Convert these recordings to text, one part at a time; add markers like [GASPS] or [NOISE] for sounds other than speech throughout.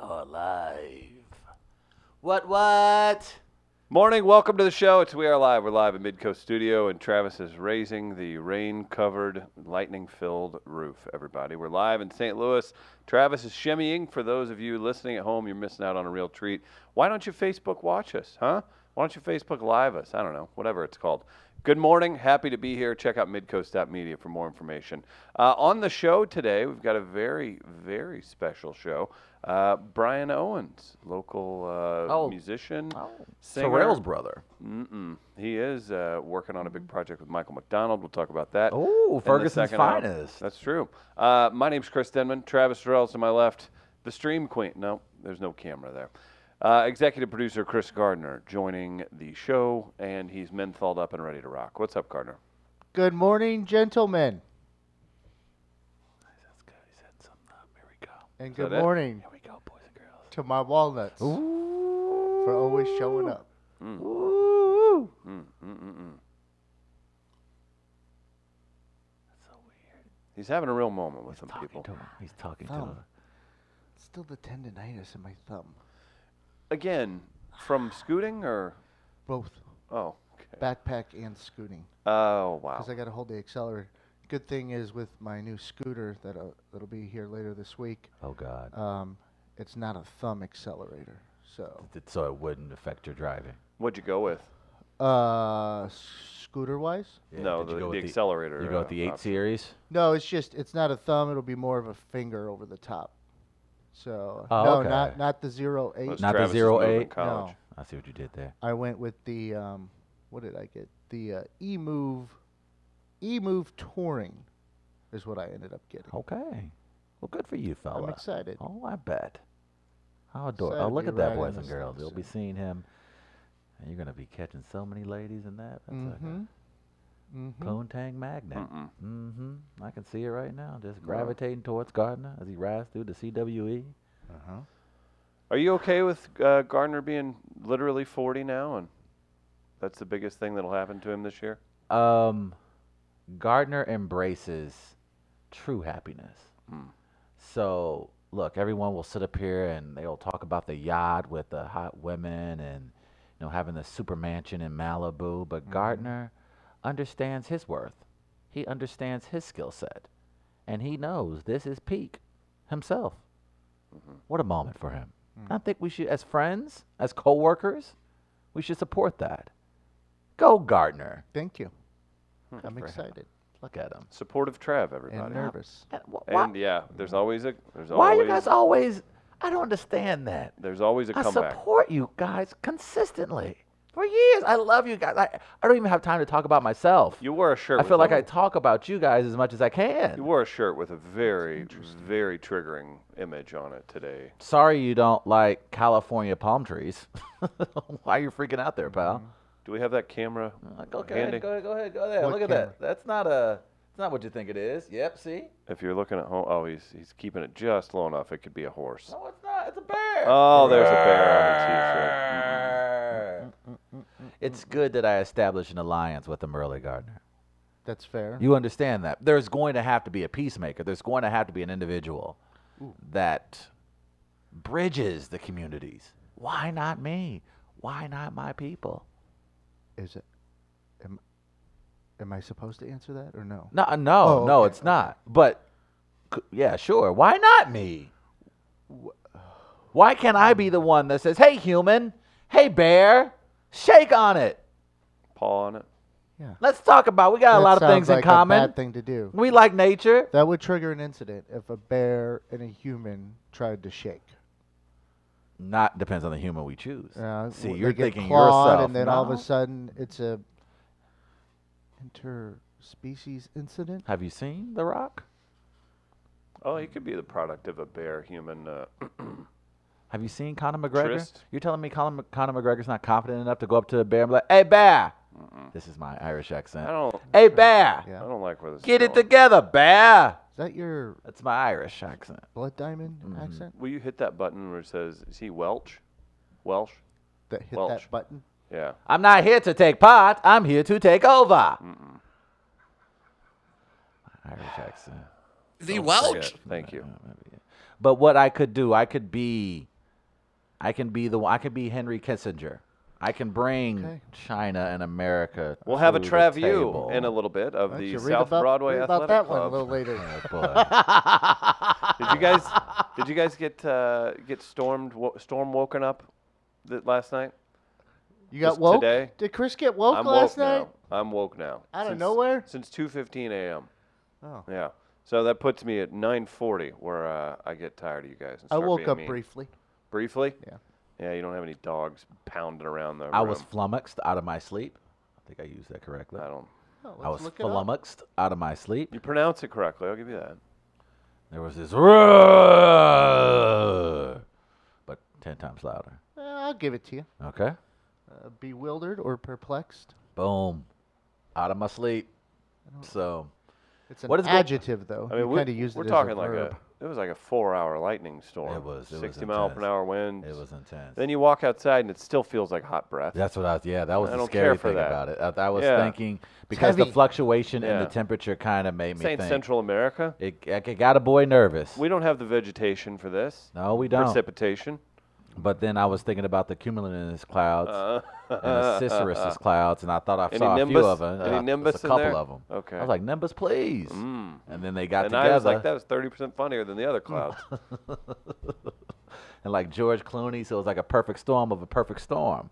are live. What, what? Morning, welcome to the show. It's We Are Live. We're live at Midcoast Studio, and Travis is raising the rain covered, lightning filled roof, everybody. We're live in St. Louis. Travis is shimmying. For those of you listening at home, you're missing out on a real treat. Why don't you Facebook watch us, huh? Why don't you Facebook Live us? I don't know, whatever it's called. Good morning. Happy to be here. Check out midcoast.media for more information. Uh, on the show today, we've got a very, very special show. Uh, Brian Owens, local uh, Oh. musician, singer. Terrell's brother. Mm-mm. He is uh, working on a big project with Michael McDonald. We'll talk about that. Ooh, in the Ferguson's second hour. finest. That's true. Uh, my name's Chris Denman. Travis Terrell's to my left. The stream queen. No, there's no camera there. Uh, executive producer Chris Gardner joining the show, and he's mentholed up and ready to rock. What's up, Gardner? Good morning, gentlemen, Here we go. and Is that good it? morning Here we go, boys and girls. to my walnuts for always showing up. Ooh. Mm, That's so weird. He's having a real moment with some people. Talking to him. He's talking to Thumb. him. Still the tendonitis in my thumb. Again, from scooting or Both oh, okay. backpack and scooting. Oh wow. Because I got to hold the accelerator. Good thing is with my new scooter that uh, that'll be here later this week. Oh God. Um, it's not a thumb accelerator, so Th- So it wouldn't affect your driving. What'd you go with? uh, scooter wise, Yeah, no, did you the, go the with accelerator. You go uh, with the eight option. series. no, it's just it's not a thumb. It'll be more of a finger over the top. So Oh, no, okay. not not the zero eight. That's Not the Travis's zero move in eight? College. No. I see what you did there. I went with the um, what did I get? The uh, E Move, E Move Touring, is what I ended up getting. Okay. Well, good for you, fella. I'm excited. Oh, I bet. How Excited adorable! Oh, to look be at that, riding boys and this girls. stuff You'll be seeing him, and you're gonna be catching so many ladies in that. That's Mhm. like a Mhm. Poontang magnet. Mm-mm. Mm-hmm. I can see it right now, just gravitating towards Gardner as he rides through the E. CWE. Are you okay with uh, Gardner being literally 40 now, and that's the biggest thing that'll happen to him this year? Um, Gardner embraces true happiness. So look, everyone will sit up here and they'll talk about the yacht with the hot women and you know having the super mansion in Malibu. But Mm-hmm. Gardner understands his worth. He understands his skill set, and he knows this is peak himself. Mm-hmm. What a moment for him! Mm. I think we should, as friends, as co-workers, we should support that. Go Gardner! Thank you. I'm excited Look at him. Supportive Trav, and everybody. nervous. Why, Hmm. And yeah, there's always a there's why are you always guys always? I don't understand that. there's always a I comeback. support you guys consistently for years. I love you guys. I, I don't even have time to talk about myself. You wore a shirt. I with feel like a- I talk about you guys as much as I you can. wore a shirt with a very very triggering image on it today. Sorry you don't like California palm trees. [LAUGHS] why are you freaking out there, pal? Do we have that camera? Like, okay, handy? go, go ahead, go there. What Look at camera? that. That's not a. It's not what you think it is. Yep. See? If you're looking at home, oh, he's he's keeping it just low enough. It could be a horse. No, it's not. It's a bear. Oh, there's a bear on the t-shirt. It's good that I established an alliance with him early, Gardner. That's fair. You understand that. There's going to have to be a peacemaker. There's going to have to be an individual that bridges the communities. Why not me? Why not my people? is it? Am, am I supposed to answer that or no? No, uh, no, Oh, no, okay, it's not. But c- yeah, sure. Why not me? Why can't I be the one that says, "Hey, human, hey, bear, shake on it. Paw on it. Yeah. Let's talk about. We got a That lot of sounds things in like common. A bad thing to do. We like nature. That would trigger an incident if a bear and a human tried to shake. Not depends on the human we choose. Uh, See, w- you're they get thinking clawed, yourself. and then all of No. a sudden it's a interspecies incident. Have you seen The Rock? Oh, he could be the product of a bear human. Uh, [CLEARS THROAT] Have you seen Conor McGregor? Trist. You're telling me Conor, Mc- Conor McGregor's not confident enough to go up to a bear and be like, "Hey, bear." This is my Irish I accent. don't Hey, bear. Yeah. I don't like where this. is Get it going. together, bear. Is that your That's my Irish accent. blood diamond Mm-hmm. accent Will you hit that button where it says is he Welch? Welsh? that hit Welsh. that button? Yeah. I'm not here to take part. I'm here to take over. Irish accent. The Welch. Welch. Thank you. But what I could do, I could be I can be the one. I can be Henry Kissinger. I can bring Okay. China and America. We'll have a to the Travu table. in a little bit of Why don't the you read South about, Broadway read Athletic about that one a Club. [LAUGHS] little later. Oh, boy. Did you [LAUGHS] guys? did you guys get uh, get stormed wo- storm woken up th- last night? You Just got woke? today? Did Chris get woke I'm woke last night? now. I'm woke now. Out of Since- nowhere? Since 2:15 a.m. Oh. Yeah. So that puts me at 9:40, where uh, I get tired of you guys. And I start woke being up mean. briefly. briefly. Yeah. Yeah. You don't have any dogs pounding around the I room. was flummoxed out of my sleep. I think I used that correctly. I don't. Oh, I let's was look it up. flummoxed out of my sleep. You pronounce it correctly. I'll give you that. There was this, but ten times louder. Uh, I'll give it to you. Okay. Uh, bewildered or perplexed. Boom. Out of my sleep. So It's an What is go- adjective, though. I mean, you we, kind of use we're it talking as a like verb. a. It was like a four-hour lightning storm. was- it was 60 mile per intense. hour winds. it was intense. Then you walk outside and it still feels like hot breath. That's what I was. Yeah, that was I the don't care scary for thing that. about it. I, I was Yeah. thinking because the heavy. fluctuation in Yeah. the temperature kind of made me This ain't think. Central America. It, it it got a boy nervous. We don't have the vegetation for this. no, we don't. Precipitation. But then I was thinking about the cumulonimbus clouds Uh, and the Cicerus clouds, and I thought I Any saw a nimbus? few of them. Any nimbus a in couple there? of them. Okay. I was like, nimbus, please. Mm. And then they got and together. I was like, that was 30% funnier than the [LAUGHS] other clouds. and like George Clooney, so it was like a perfect storm of a perfect storm.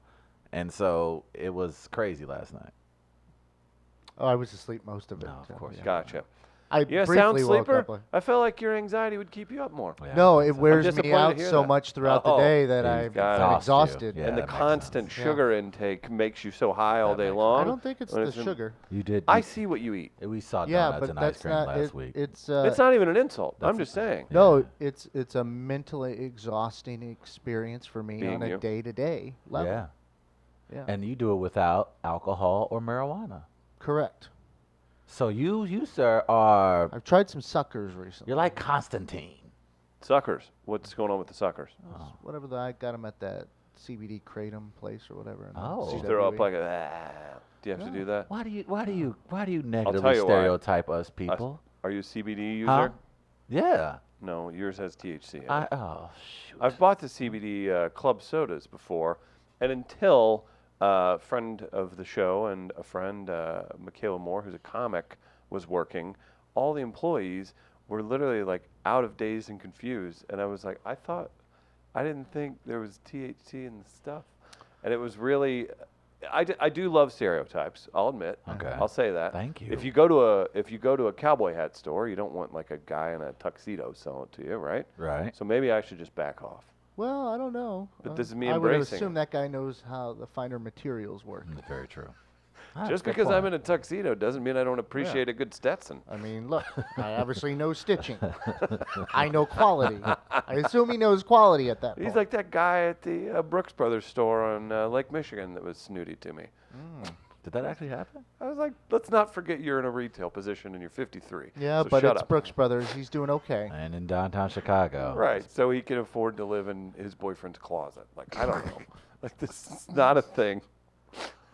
And so it was crazy last night. Oh, I was asleep most of it. No, of so, course yeah. gotcha. I You're a briefly sound woke sleeper? up. like- I felt like your anxiety would keep you up more. Yeah, No, I it think so. wears me disappointed to out hear so that. much throughout Oh, the day that you I'm got I'm it. exhausted. Yeah, and the that makes constant sense. Yeah. sugar intake makes you so high all That day makes long. I don't think it's When the in- sugar. You did. I you- see what you eat. We saw Yeah, donuts but and that's ice cream not. last it- week. It's uh, it's not even an insult. that's I'm just a- saying. Yeah. no, it's it's a mentally exhausting experience for me Being on a you. day to day level. yeah. Yeah. And you do it without alcohol or marijuana. Correct. So you, you sir, are I've tried some suckers recently. you're like Constantine. Suckers. What's going on with the suckers? It's Whatever the, I got them at that CBD kratom place or whatever. in Oh. So you Is throw up WWE. like a. "Ah." Do you have to do that? Why do you, why do you, why do you negatively Uh, you why. stereotype us I s- people? Are you a CBD user? Huh? Yeah. No, yours has THC. in it. I, oh shoot. I've bought the CBD uh, club sodas before, and until uh, a friend of the show and a friend, uh, Michaela Moore, who's a comic, was working, all the employees were literally like out of days and confused. And I was like, I thought, I didn't think there was THC in the stuff. And it was really, I, d- I do love stereotypes. I'll admit. Okay. I'll say that. Thank you. If you go to a if you go to a cowboy hat store, you don't want like a guy in a tuxedo selling it to you, right? Eh. right. So maybe I should just back off. Well, I don't know. But Uh, this is me I would embracing assume it. that guy knows how the finer materials [LAUGHS] work. That's Mm, very true. Ah, Just because I'm in a tuxedo doesn't mean I don't appreciate a good Stetson. I [LAUGHS] mean, look, I obviously know stitching. I know quality. I assume he knows quality at that He's point. like that guy at the uh, Brooks Brothers store on uh, Lake Michigan that was snooty to me. Did that actually happen? I was like, let's not forget you're in a retail position and you're 53. yeah, so but shut it's up. Brooks Brothers. He's doing okay. And in downtown Chicago. Right, so he can afford to live in his boyfriend's closet. Like, I don't know. [LAUGHS] like, this is not a thing.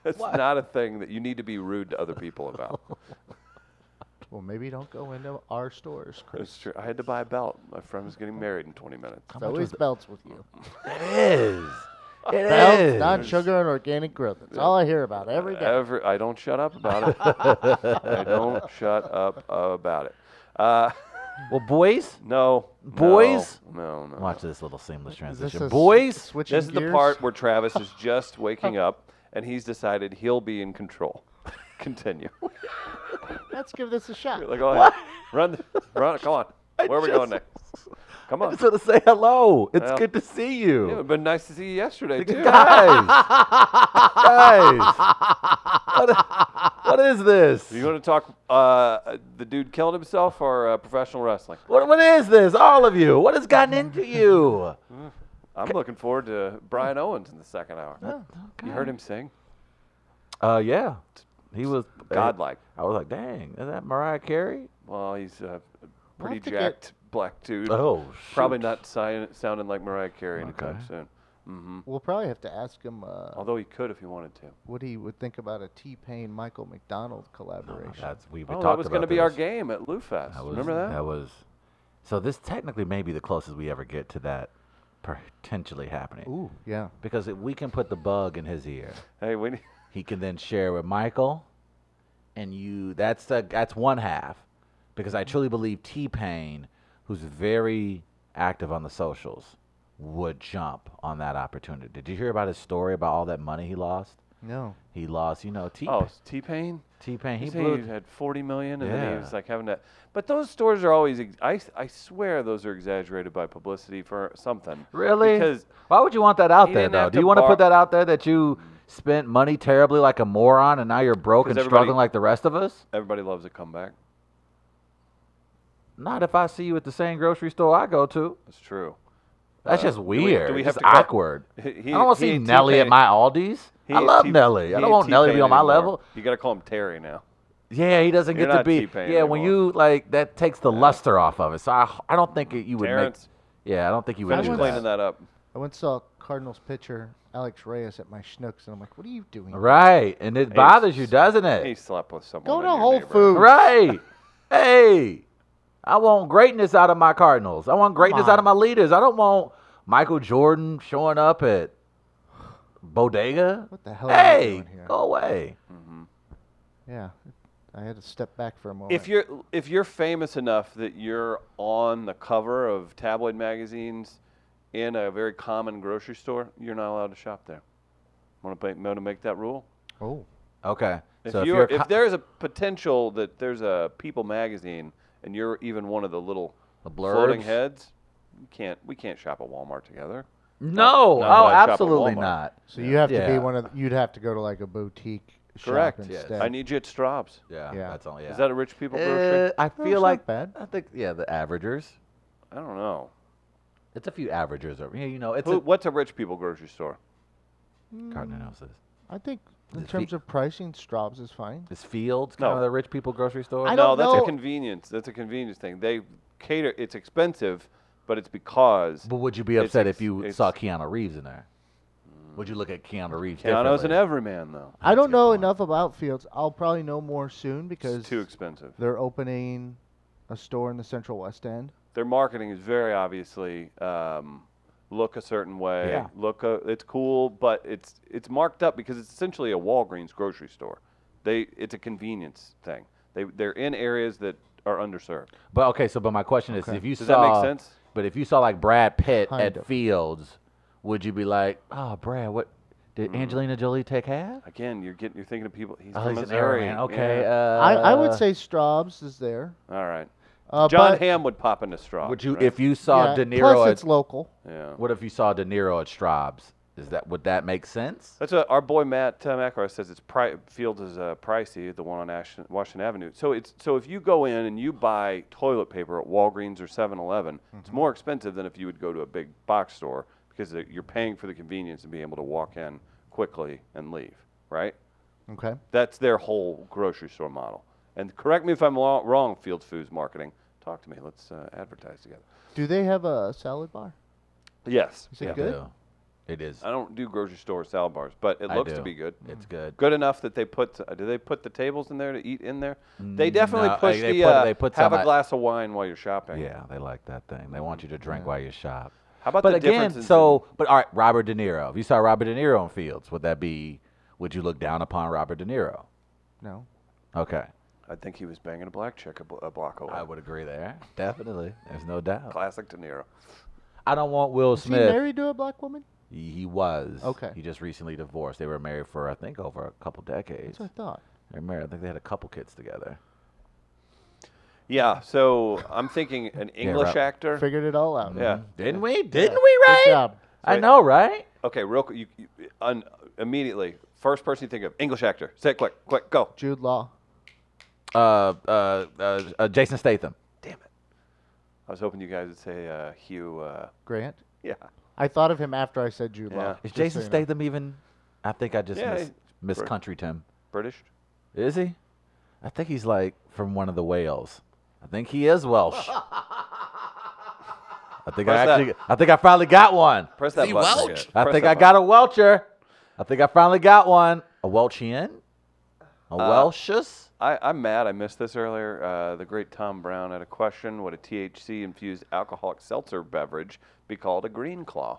It's not a thing that you need to be rude to other people [LAUGHS] about. Well, maybe don't go into our stores, Chris. It's true. I had to buy a belt. My friend was getting married in 20 minutes. It's much always was it? belts with you. It is. It Belts, is. non sugar, and organic growth. That's all I hear about every day. Every- I don't shut up about it. [LAUGHS] I don't shut up about it. Uh, [LAUGHS] well, boys, No. no, Boys? No, no. watch this little seamless Is this transition. a boys, s- switching This is the gears? part where Travis [LAUGHS] is just waking up and he's decided he'll be in control. [LAUGHS] Continue. [LAUGHS] Let's give this a shot. Like, go ahead. Run, th- run, come [LAUGHS] on. Where are we going just- next? Come I on. [LAUGHS] just want to say hello. It's Well, good to see Yeah, it you. would been nice to see you yesterday, too. Guys. Guys. What, what is this? [LAUGHS] You want to talk uh, the dude killed himself or uh, professional wrestling? What, what is this? All of you. What has gotten into you? I'm looking forward to Brian Owens in the second hour. You heard him sing? Uh, yeah. He was uh, Godlike. I was like, dang, is that Mariah Carey? Well, he's a pretty have to get- jacked black dude. Oh, Probably shoot. not si- sounding like Mariah Carey anytime Okay. soon. hmm We'll probably have to ask him uh, Although he could if he wanted to. what he would think about a T Pain Michael McDonald collaboration. That's we, we oh, talked that was going about to be our this. game at Lou Fest. That was, Remember that? was. So this technically may be the closest we ever get to that potentially happening. Ooh, yeah. Because if we can put the bug in his ear, Hey, we [LAUGHS] need, he can then share with Michael, and you. That's the that's one half, because I truly believe T Pain, who's very active on the socials, would jump on that opportunity. Did you hear about his story about all that money he lost? No. He lost, you know, T oh, T Pain. T Pain. He He blew. he had 40 million, and then he Yeah. was like having that. But those stores are always. Ex- I s- I swear those are exaggerated by publicity for something. Really? Because why would you want that out he there didn't though? have Do you to want to put bar- that out there that you spent money terribly like a moron and now you're broke 'Cause and everybody- struggling like the rest of us? everybody loves a comeback. Not if I see you at the same grocery store I go to. That's true. That's Uh, just do we- do weird. we It's have to just call- awkward. [LAUGHS] He- I don't want to he see ain't Nelly at T-Pain. my Aldi's. He I ain't love T- Nelly. I he don't ain't want Nelly to be T-Pain on my anymore. level. You got to call him Terry now. Yeah, he doesn't You're get to not be. T-Pain yeah, when anymore. you like that takes the luster off of it. So I, I don't think it, you would Terrence, make. Yeah, I don't think you would finish do cleaning that. that up. I once saw Cardinals pitcher Alex Reyes at my Schnucks, and I'm like, what are you doing? Right, and it bothers you, doesn't it? He slept with someone. in Go to your Whole neighborhood. [LAUGHS] Foods. Right. hey, I want greatness out of my Cardinals. I want greatness out of my leaders. I don't want Michael Jordan showing up at Bodega. What the hell are you Hey, doing here? go away. Yeah. I had to step back for a moment. If you're if you're famous enough that you're on the cover of tabloid magazines in a very common grocery store, you're not allowed to shop there. Want to make, to make that rule? oh, Okay. If, so if you're, you're, if co- there's a potential that there's a People magazine and you're even one of the little The floating blurbs? heads, you can't we can't shop at Walmart together. no, not oh, that I shop at absolutely Walmart. not. so you have to Yeah. be one of the, you'd have to go to like a boutique Correct. shop Yes. instead. Yeah. I need you at Straub's. Yeah, Yeah. that's all. Yeah. Is that a rich people grocery? Uh, I it's feel not like bad. I think yeah, the averagers. I don't know. It's a few averagers over here. You know, it's Who, a what's a rich people grocery store? Cardinals. is- I think in Is it terms fe- of pricing, Straub's is fine. Is Fields kind No. of the rich people grocery store? I no, don't that's know. a convenience. That's a convenience thing. They cater. It's expensive, but it's because But would you be It's upset ex- if you it's- saw Keanu Reeves in there? Would you look at Keanu Reeves? Keanu's an differently? everyman though. I That's a don't good know point. enough about Fields. I'll probably know more soon because It's too expensive. they're opening a store in the Central West End. Their marketing is very obviously um, look a certain way. Yeah. Look, a, it's cool, but it's it's marked up because it's essentially a Walgreens grocery store. They it's a convenience thing. They they're in areas that are underserved. But okay, so but my question is, if you Does that make saw, sense? but if you saw like Brad Pitt Kind at of. Fields, would you be like, oh, Brad, what did Mm-hmm. Angelina Jolie take half? Again, you're getting you're thinking of people. He's Oh, from he's an Missouri. airman. Okay, yeah. uh, I, I would say Straub's is there. All right. Uh, John but, Hamm would pop into straw. Would you right? if you saw yeah, De Niro? Plus, At, it's local. Yeah. what if you saw De Niro at Straub's? Is that would that make sense? That's what our boy Matt uh, McElroy says. It's pri- Fields is uh, pricey, the one on Ashton, Washington Avenue. So it's so if you go in and you buy toilet paper at Walgreens or 7-Eleven, Mm-hmm. it's more expensive than if you would go to a big box store because it- you're paying for the convenience and being able to walk in quickly and leave. Right? Okay. That's their whole grocery store model. And correct me if I'm lo- wrong, Fields Foods Marketing. Talk to me. Let's uh, advertise together. Do they have a salad bar? Yes. Is it Yeah, good? yeah. It is. I don't do grocery store salad bars, but it I looks do. to be good. It's good. good enough that they put uh, do they put the tables in there to eat in there? They definitely Mm, No, push they- they the put- uh, they put have some a at- glass of wine while you're shopping. Yeah, they like that thing. They want you to drink while you shop. How about but the again, differences so but all right, Robert De Niro. If you saw Robert De Niro in Fields, would that be? Would you look down upon Robert De Niro? No. Okay, I think he was banging a black chick a, bl- a block away. I [LAUGHS] would agree there. Definitely, there's no doubt. Classic De Niro. I don't want Will Is he Smith. married to a black woman? He, he was. Okay. He just recently divorced. They were married for I think over a couple decades. That's what I thought. They're married. I think they had a couple kids together. Yeah, so I'm thinking [LAUGHS] an English Rob- actor. Figured it all out. yeah. Mm-hmm. Didn't we? Didn't we? Right. job. I So- know, right? Okay, real quick. You, you, un, immediately, first person you think of, English actor. Say it quick, quick, go. Jude Law. Uh, uh, uh, uh, Jason Statham. Damn it. I was hoping you guys would say uh, Hugh. Uh, Grant. yeah. I thought of him after I said Jude Yeah. Law. Is Is just Jason so you know. Statham even? I think I just Yeah, mis- he- mis- Brit- country Tim. British. Is he? I think he's like from one of the Wales. I think he is [LAUGHS] Welsh. I think I Press that- actually, I think I finally got one. Press that The button. Welch. Yeah, I press think that I got a Uh, Welcher. I think I finally got one. A Welchian? A Welshus? I, I'm mad I missed this earlier. Uh, the great Tom Brown had a question. Would a THC infused alcoholic seltzer beverage be called a green claw?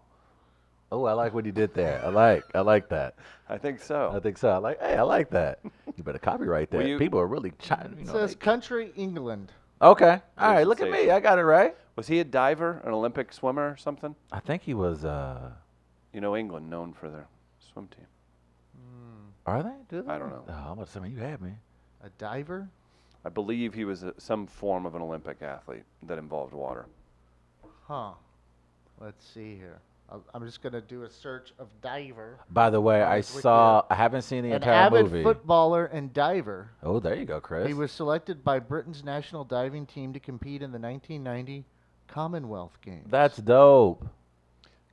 Oh, I like what he did there. I like. I like that. I think so. I think so. I like. Hey, I like that. You better copyright Will that. Oh. you- People are really trying. You It know, says they- country England. okay. All right. should Look at say- me. I got it right. Was he a diver, an Olympic swimmer or something? I think he was. uh You know, England known for their swim team. Are they? Do they? I don't know. Oh, I'm assuming you had me. A diver? I believe he was a, some form of an Olympic athlete that involved water. Huh. Let's see here. I'll- I'm just gonna do a search of diver. By the way, On I his wiki. saw. I haven't seen the An entire avid movie. footballer and diver. oh, there you go, Chris. He was selected by Britain's national diving team to compete in the 1990 Commonwealth Games. That's dope.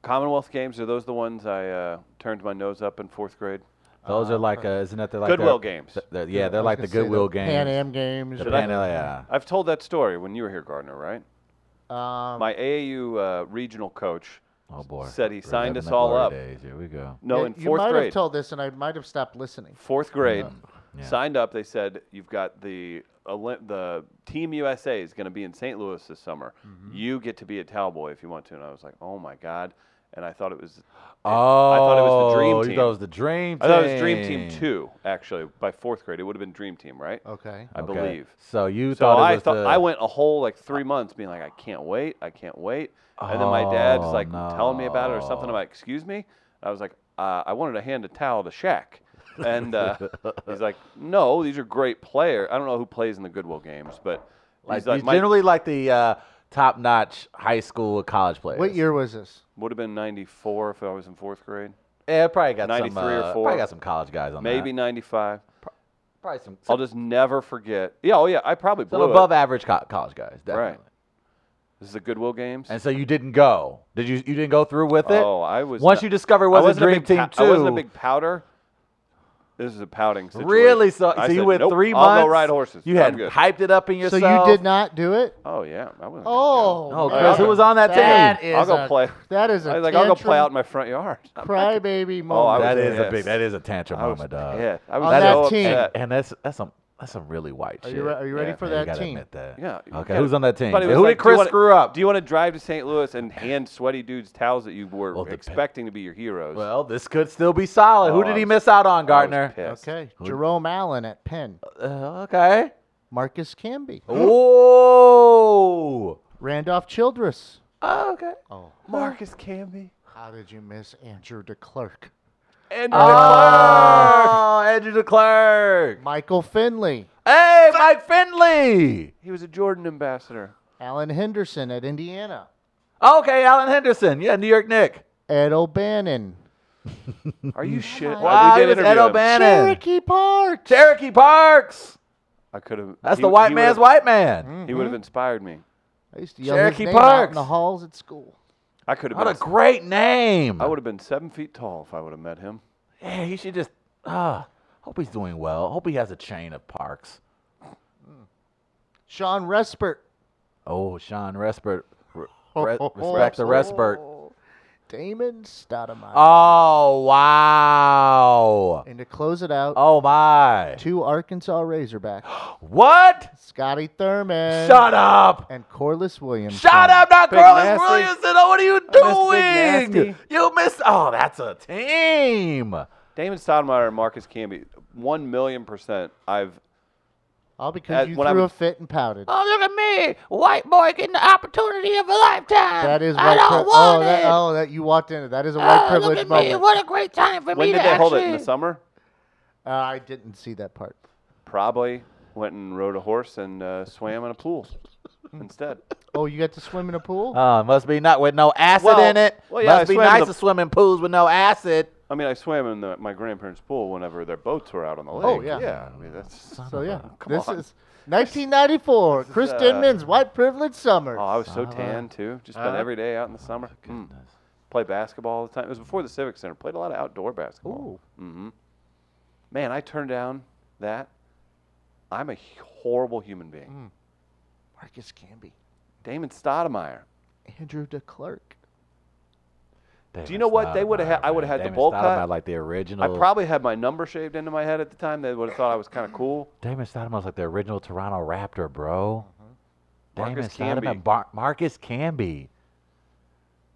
Commonwealth Games are those the ones I uh, turned my nose up in fourth grade? Those Uh, are like, uh, isn't that they're like Goodwill their- games. th- they're- yeah, I they're was like the gonna say Goodwill the games. Pan Am games. The or- Pan Am, yeah. [LAUGHS] I've told that story when you were here, Gardner, right? Um, My AAU uh, regional coach. Oh boy. Said he We're signed living us the all glory up. Days. Here we go. No, yeah, in You fourth might grade. have told this, and I might have stopped listening. fourth grade, Yeah. signed up. They said you've got the Olymp- the Team USA is going to be in St. Louis this summer. Mm-hmm. You get to be a cowboy if you want to. And I was like, oh my god! And I thought it was Oh, thought it was the dream you team. thought it was the dream team. I thought it was Dream Team two actually. By fourth grade, it would have been Dream Team, right? Okay. I Okay. believe. So you So thought it I was thought the, I went a whole like three months being like, I can't wait, I can't wait. And then my dad's Oh, like telling me about it or something. no. I'm like, excuse me. I was like, uh, I wanted to hand a towel to Shaq. [LAUGHS] And uh, he's like, no, these are great players. I don't know who plays in the Goodwill games, but like, he's like, you my, generally like the uh, top-notch high school or college players. What year was this? would have been 94 if I was in fourth grade, Yeah, it probably got 93 some. or uh, four. Probably got some college guys on maybe that. 95. probably some, I'll some, just never forget. Yeah, oh yeah, I probably some blew it. above-average co- college guys. Definitely. Right. This is the Goodwill games. And so you didn't go. Did you? You didn't go through with it. Oh, I was Once not- you discover it I wasn't, a Dream big Team pow- two. I wasn't a big powder. This is a pouting situation. Really? So, I so you said, went "Nope, three I'll months. go ride horses. You I'm had good. hyped it up in yourself. So you did not do it? Oh yeah, I wasn't. gonna Oh, Oh, man. Chris, who [LAUGHS] was on that That team? is I'll go a- play. That go. is a I was like, I'll go play out in tantrum my front yard. I'm like, crybaby Oh, I was moment. That is a pissed. big. That is a tantrum I was moment, dog. pissed. I was On that so team. upset. And that's that's some that's some really white are shit. you, re- are you ready Yeah. for Man, you that gotta team? admit that. Yeah. you Okay. gotta- Who's on that team? But it was Who did like, do you Chris wanna- screw up? Do you want to drive to St. Louis and hand sweaty dudes towels that you were Well, the- expecting to be your heroes? well, this could still be solid. Oh, Who did I he was- miss out on, I was Gardner? pissed. Okay. Who- Jerome Allen at Penn. Uh, oh. okay. Marcus Camby. Ooh. Randolph Childress. Oh, okay. Oh. Marcus Camby. How did you miss Andrew DeClerc? And Oh, Andrew DeClerc. Michael Finley. Hey, Mike Finley. he was a Jordan ambassador. Alan Henderson at Indiana. Okay, Alan Henderson. Yeah, New York Nick. Ed O'Bannon. Are Mm. you shit? on. Uh, Wow, we he did was Ed interview him. O'Bannon. Cherokee Park. Cherokee Parks. I could have. That's the white man's white man. He would have inspired me. I used to yell his Cherokee name out in Parks. the halls at school. I could have What been. a a s- great name. I would have been seven feet tall if I would have met him. Yeah, he should just. Uh, hope he's doing well. Hope he has a chain of parks. Sean Respert. Oh, Oh, Sean Respert. Re- [LAUGHS] re- respect the Oh. Respert. Damon Stoudemire. Oh, wow. and to close it out, Oh, my. two Arkansas Razorbacks. [GASPS] What? Scotty Thurman. Shut up. And Corliss Williams. Shut up, not Big Corliss Nasty. Williamson. Oh, what I are miss you Big doing? Nasty. You missed. Oh, that's a team. Damon Stoudemire and Marcus Camby, one million percent. I've All That- because you when threw I'm- a fit and pouted. Oh, look at me. White boy getting the opportunity of a lifetime. That is white privilege. Oh, that, oh, that you walked in. That is Oh, a white privilege moment. What a great time for when did they hold it in the summer? Uh, I didn't see that part. Probably went and rode a horse and uh, swam in [LAUGHS] a pool instead. Oh, you got to swim in a pool? Oh, it must be not with no acid Well- in it. well, yeah, I must be swam in nice the- to swim in pools with no acid. I mean, I swam in the, my grandparents' pool whenever their boats were out on the lake. Oh, yeah. yeah. I mean, that's. [LAUGHS] so, yeah. come This on. is 1994. Chris uh, Denman's White Privilege Summer. Oh, I was so tan too. Just spent Uh, every day out in the summer. Oh, Mm. Played basketball all the time. It was before the Civic Center. Played a lot of outdoor basketball. Mm-hmm. Man, I turned down that. I'm a h- horrible human being. Marcus Camby. Damon Stoudemire. Andrew DeClerc. Do you know what? They would've had- I would've had the bowl cut. Like the original. I probably had my number shaved into my head at the time. They would have thought I was kind of cool. Damon Stoudemire was like the original Toronto Raptor, bro. Damon Mm-hmm. Marcus Stoudemire, Camby. Bar- Marcus Camby,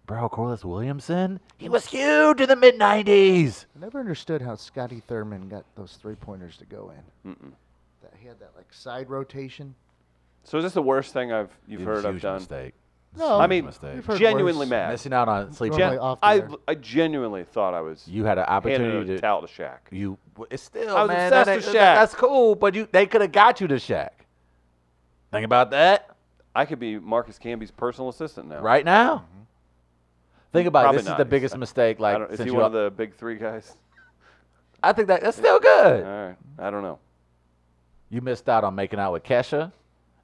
bro, Corliss Williamson. He was huge in the mid '90s. I never understood how Scotty Thurman got those three pointers to go in. Mm-mm. That he had that like side rotation. So is this the worst thing I've you've It heard was a I've huge done? Mistake. No, I Huge mean, We've mistake. heard Genuinely worse. mad. missing out on sleep. Normally Gen- off the I, air. I genuinely thought I was you had an opportunity handing to a towel to Shaq. You w- it's still I was man, obsessed that with ain't- Shaq. that- That's cool, but you they could have got you to Shaq. Think about that I could be Marcus Camby's personal assistant now. right now. Think about Mm-hmm. Probably it. This not. is the biggest I- mistake. I Like don't, is since he you one are- of the big three guys? I think that that's still good. All right. I don't know. You missed out on making out with Kesha,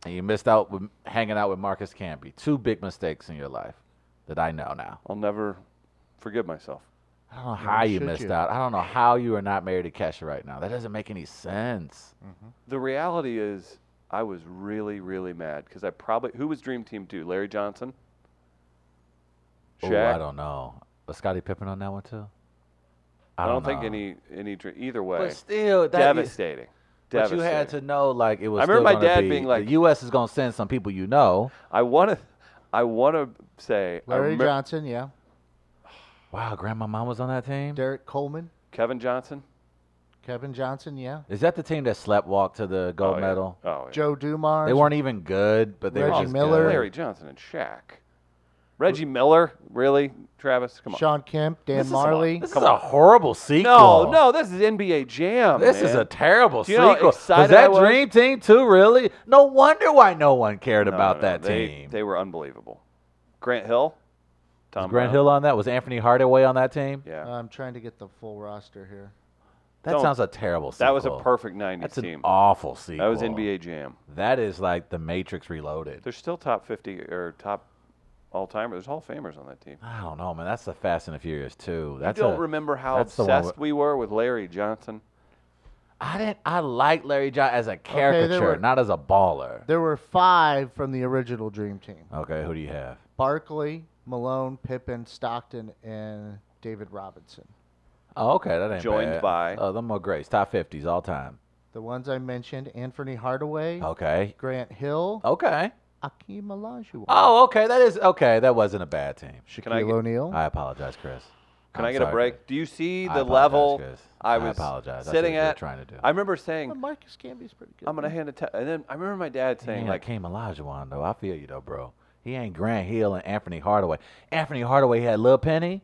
and you missed out with hanging out with Marcus Camby. Two big mistakes in your life that I know now. I'll never forgive myself. I don't know Yeah, how you should missed you? out. I don't know how you are not married to Kesha right now. That doesn't make any sense. Mm. The reality is, I was really, really mad because I probably who was Dream Team two? Larry Johnson, Oh, Shaq. I don't know. Was Scottie Pippen on that one too? I don't think know. any any dr- either way. But still, that is- devastating. But you had to Devastating. know, like it was. I remember still my gonna dad be- being like- "The U.S. is gonna send some people you know." I want to. I want to say I Larry remem- Johnson, yeah. Wow, Grandma Mom was on that team. Derek Coleman, Kevin Johnson. Kevin Johnson, yeah. Is that the team that slept walked to the gold Oh, yeah. medal? Oh, yeah. Joe Dumars. They weren't even good, but they were Reggie just Miller. good. Larry Johnson and Shaq. Reggie Miller, really? Travis, come on. Sean Kemp, Dan is a lot. Marley. This Come is a on. horrible sequel. no, no, this is NBA Jam. This is man. a terrible Do you know how sequel. Was excited I that was? Dream Team too? Really? No wonder why no one cared No, no, about no, that they- team. They were unbelievable. Grant Hill, Tom was Grant Brown. Hill on that? Was Anthony Hardaway on that team? Yeah, I'm trying to get the full roster here. That Don't- sounds a terrible sequel. that was a perfect '90s That's team. an awful sequel. that was NBA Jam. That is like the Matrix Reloaded. They're still top 50 or top all timer. There's Hall of Famers on that team. I don't know, man. That's the Fast and the Furious too. I That's don't a- remember how that's the one obsessed with- we were with Larry Johnson. I didn't. I like Larry John as a caricature, were- not as a baller. There were five from the original Dream Team Okay, who do you have? Barkley, Malone, Pippen, Stockton, and David Robinson. Oh, okay, that ain't Joined bad. by- Oh, them are greats. Top fifties all time. The ones I mentioned Anthony Hardaway, Okay. Grant Hill, Oh. Okay. Akeem Olajuwon, Oh, okay. That is okay. That wasn't a bad team. Can I Shaquille get- O'Neal. I apologize, Chris. Can I'm i get a sorry, break? Chris. Do you see I the apologize, level Chris. I I was apologize. I see sitting what you're at? trying to do. I remember saying, Well, Marcus Camby's pretty good. "I'm gonna hand it," to and then I remember my dad saying, Saying like "Like, Cam Olajuwon though, I feel you though, bro. He ain't Grant Hill and Anthony Hardaway. Anthony Hardaway had Lil Penny.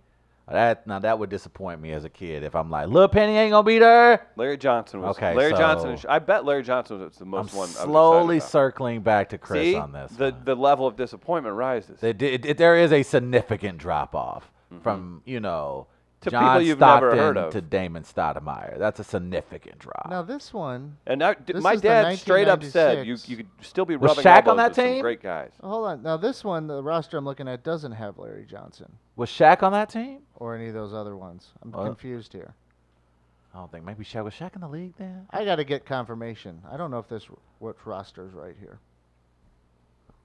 That now that would disappoint me as a kid if I'm like Lil Penny ain't gonna be there. Larry Johnson was Okay, Larry Johnson. and so- Sh- I bet Larry Johnson was the most I'm one. I was excited slowly about. circling back to Chris See on this. the one. the level of disappointment rises. They did- it- there is a significant drop off from you know Mm-hmm. To people John you've never Stockton heard of. to Damon Stoudemire. That's a significant drop. Now, this one, and I, d- This my is the dad straight up said, "You 1996. you could still be Was rubbing Shaq on elbows that with some team? Great guys. hold on. Now, this one, the roster I'm looking at doesn't have Larry Johnson Was Shaq on that team? or any of those other ones. I'm Uh, confused here. I don't think. Maybe Shaq was Shaq in the league then. I got to get confirmation. I don't know if this what roster's right here.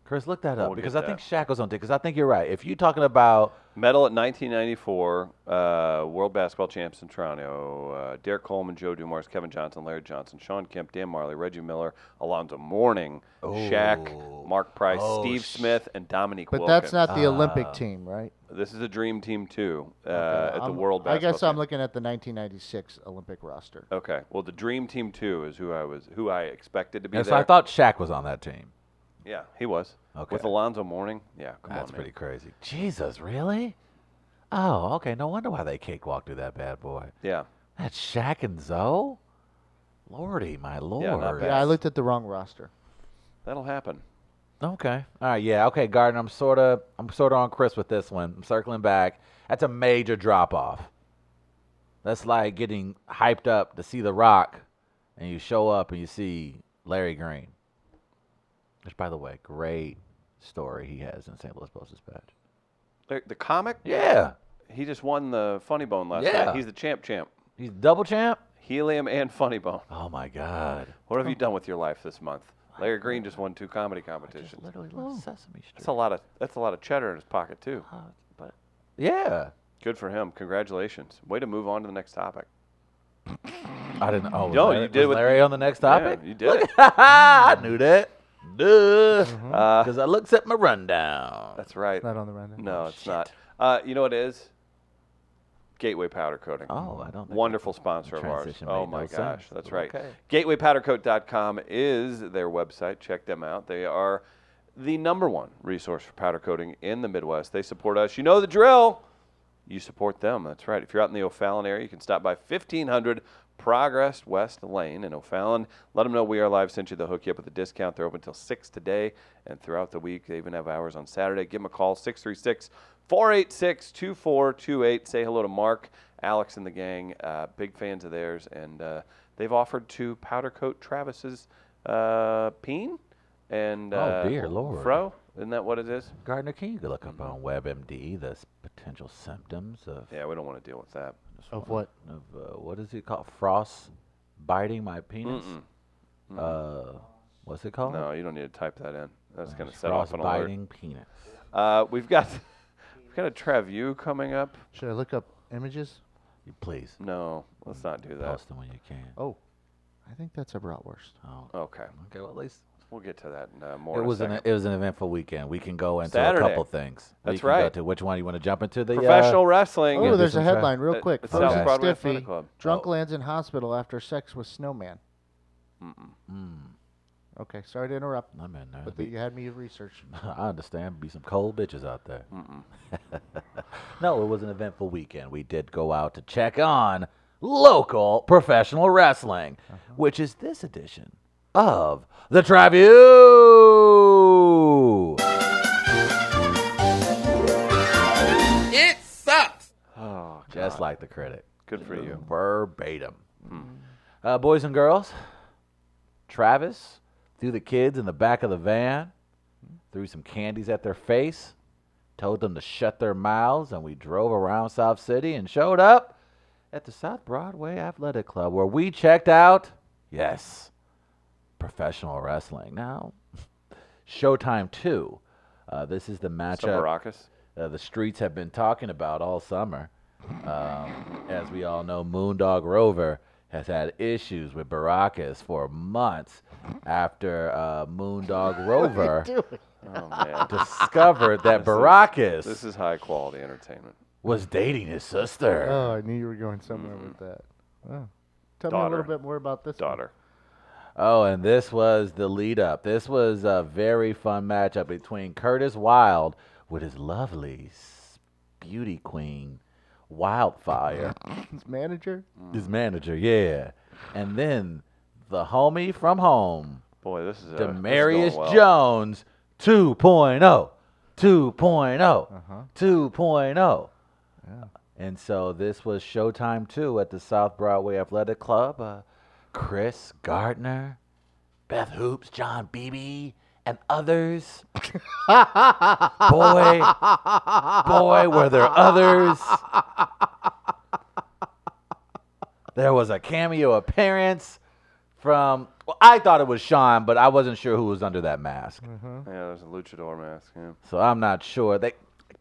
Chris, look that We'll up get because I think Shaq was on because I think you're right. If you're talking about Medal at 1994, uh, World Basketball Champs in Toronto. Uh, Derek Coleman, Joe Dumars, Kevin Johnson, Larry Johnson, Sean Kemp, Dan Marley, Reggie Miller, Alonzo Mourning, Oh. Shaq, Mark Price, Oh, Steve sh- Smith, and Dominique But Wilkins. that's not the Olympic Ah. team, right? This is a dream team too uh, Okay, at the I'm- World I Basketball. guess I'm Champ- looking at the 1996 Olympic roster. Okay. Well, the dream team two is who I was, who I expected to be and there. so I thought Shaq was on that team. yeah, he was. Okay. With Alonzo Mourning. Yeah. Come That's on, pretty man. crazy. Jesus, really? Oh, okay. No wonder why they cakewalk through that bad boy. Yeah. That's Shaq and Zoe. Lordy, my lord. bad. Yeah, I looked at the wrong roster. That'll happen. Okay. All right. Yeah. Okay, Gardner. I'm sort of I'm sort of on Chris with this one. I'm circling back. That's a major drop off. That's like getting hyped up to see The Rock, and you show up and you see Larry Green. Which, by the way, great story he has in St. Louis Post Dispatch. The, the comic. Yeah. He just won the Funny Bone last Yeah. night. He's the champ, champ. He's double champ. Helium and Funny Bone. Oh my God. What have you done with your life this month? Larry Green just won two comedy Oh. Just competitions. literally left Sesame Street. Uh-huh. That's a lot of that's a lot of cheddar in his pocket too. Uh, but yeah. Good for him. Congratulations. Way to move on to the next topic. I didn't. Oh, was No, Larry, you did was with- Larry on the next topic. Yeah, you did it. [LAUGHS] I knew that. Duh. Uh, Because I looked at my rundown. that's right. Not on the rundown. No, it's not. Uh, you know what it is? Gateway Powder Coating. Oh, I don't. Think Wonderful sponsor of ours. transition Oh made my no gosh, sense, that's but right. okay. GatewayPowderCoat.com is their website. Check them out. They are the number one resource for powder coating in the Midwest. They support us. You know the drill. You support them. That's right. If you're out in the O'Fallon area, you can stop by 1500 Progress West Lane in O'Fallon. Let them know We Are Live sent you. They'll hook you up with a discount. They're open till 6 today and throughout the week. They even have hours on Saturday. Give them a call, 636 486 2428. Say hello to Mark, Alex, and the gang. Uh, big fans of theirs. And uh, they've offered to powder coat Travis's uh, peen and Oh, uh, dear Lord. fro. Isn't that what it is? Gardner, can you look up on WebMD the s- potential symptoms of Yeah, we don't want to deal with that. Of what? of uh, what is it called? Frost biting my penis. Uh, what's it called? No, you don't need to type that in. That's going to set off Frost an alert. biting penis. Uh, we've got [LAUGHS] we've got a Travu coming up. Should I look up images? You please No, let's not do that. post them when you can. Oh, I think that's a bratwurst. Oh, Okay, okay. Well, at least we'll get to that in, uh, more. it in a was an second. it was an eventful weekend. We can go into Saturday. a couple things. We That's can go right. to which one you want to jump into? The uh, professional wrestling. yeah, Oh, do there's a some tra- headline real Uh, quick. it's Frozen South Broadway Athletic Stiffy Club. drunk Oh. lands in hospital after sex with snowman. Mm. Okay, sorry to interrupt, I'm in there. but Be- you had me research. [LAUGHS] I understand. Be some cold bitches out there. [LAUGHS] no, it was an eventful weekend. We did go out to check on local professional wrestling, Uh-huh. which is this edition of the Traview. oh, Just like the credit. good for you. Verbatim. Uh, boys and girls, Travis threw the kids in the back of the van, threw some candies at their face, told them to shut their mouths, and we drove around South City and showed up at the South Broadway Athletic Club where we checked out, yes, professional wrestling. Now, [LAUGHS] Showtime 2. Uh, this is the Some matchup Baracus. uh, the streets have been talking about all summer. Um, as we all know, Moondog Rover has had issues with Baracus for months after uh, [LAUGHS] Moondog Rover Oh man, discovered that [LAUGHS] This is- Baracus this is high quality entertainment. was dating his sister. Oh, I knew you were going somewhere with that. Oh. Tell me a Daughter. little bit more about this. one. Daughter. Oh, and this was the lead up. This was a very fun matchup between Curtis Wild with his lovely s- beauty queen, Wildfire. His manager. Mm. his manager, yeah. And then the homie from home, Boy, uh, this is a Demarius well. Jones oh. 2.0, 2.0, Uh-huh. 2.0. oh. And so this was Showtime 2 at the South Broadway Athletic Club. Uh, Chris Gardner, Beth Hoops, John Beebe, and [LAUGHS] others. boy, boy, were there others. There was a cameo appearance from. Well, I thought it was Sean, but I wasn't sure who was under that mask, Yeah, there's a luchador mask. Yeah. so I'm not sure. They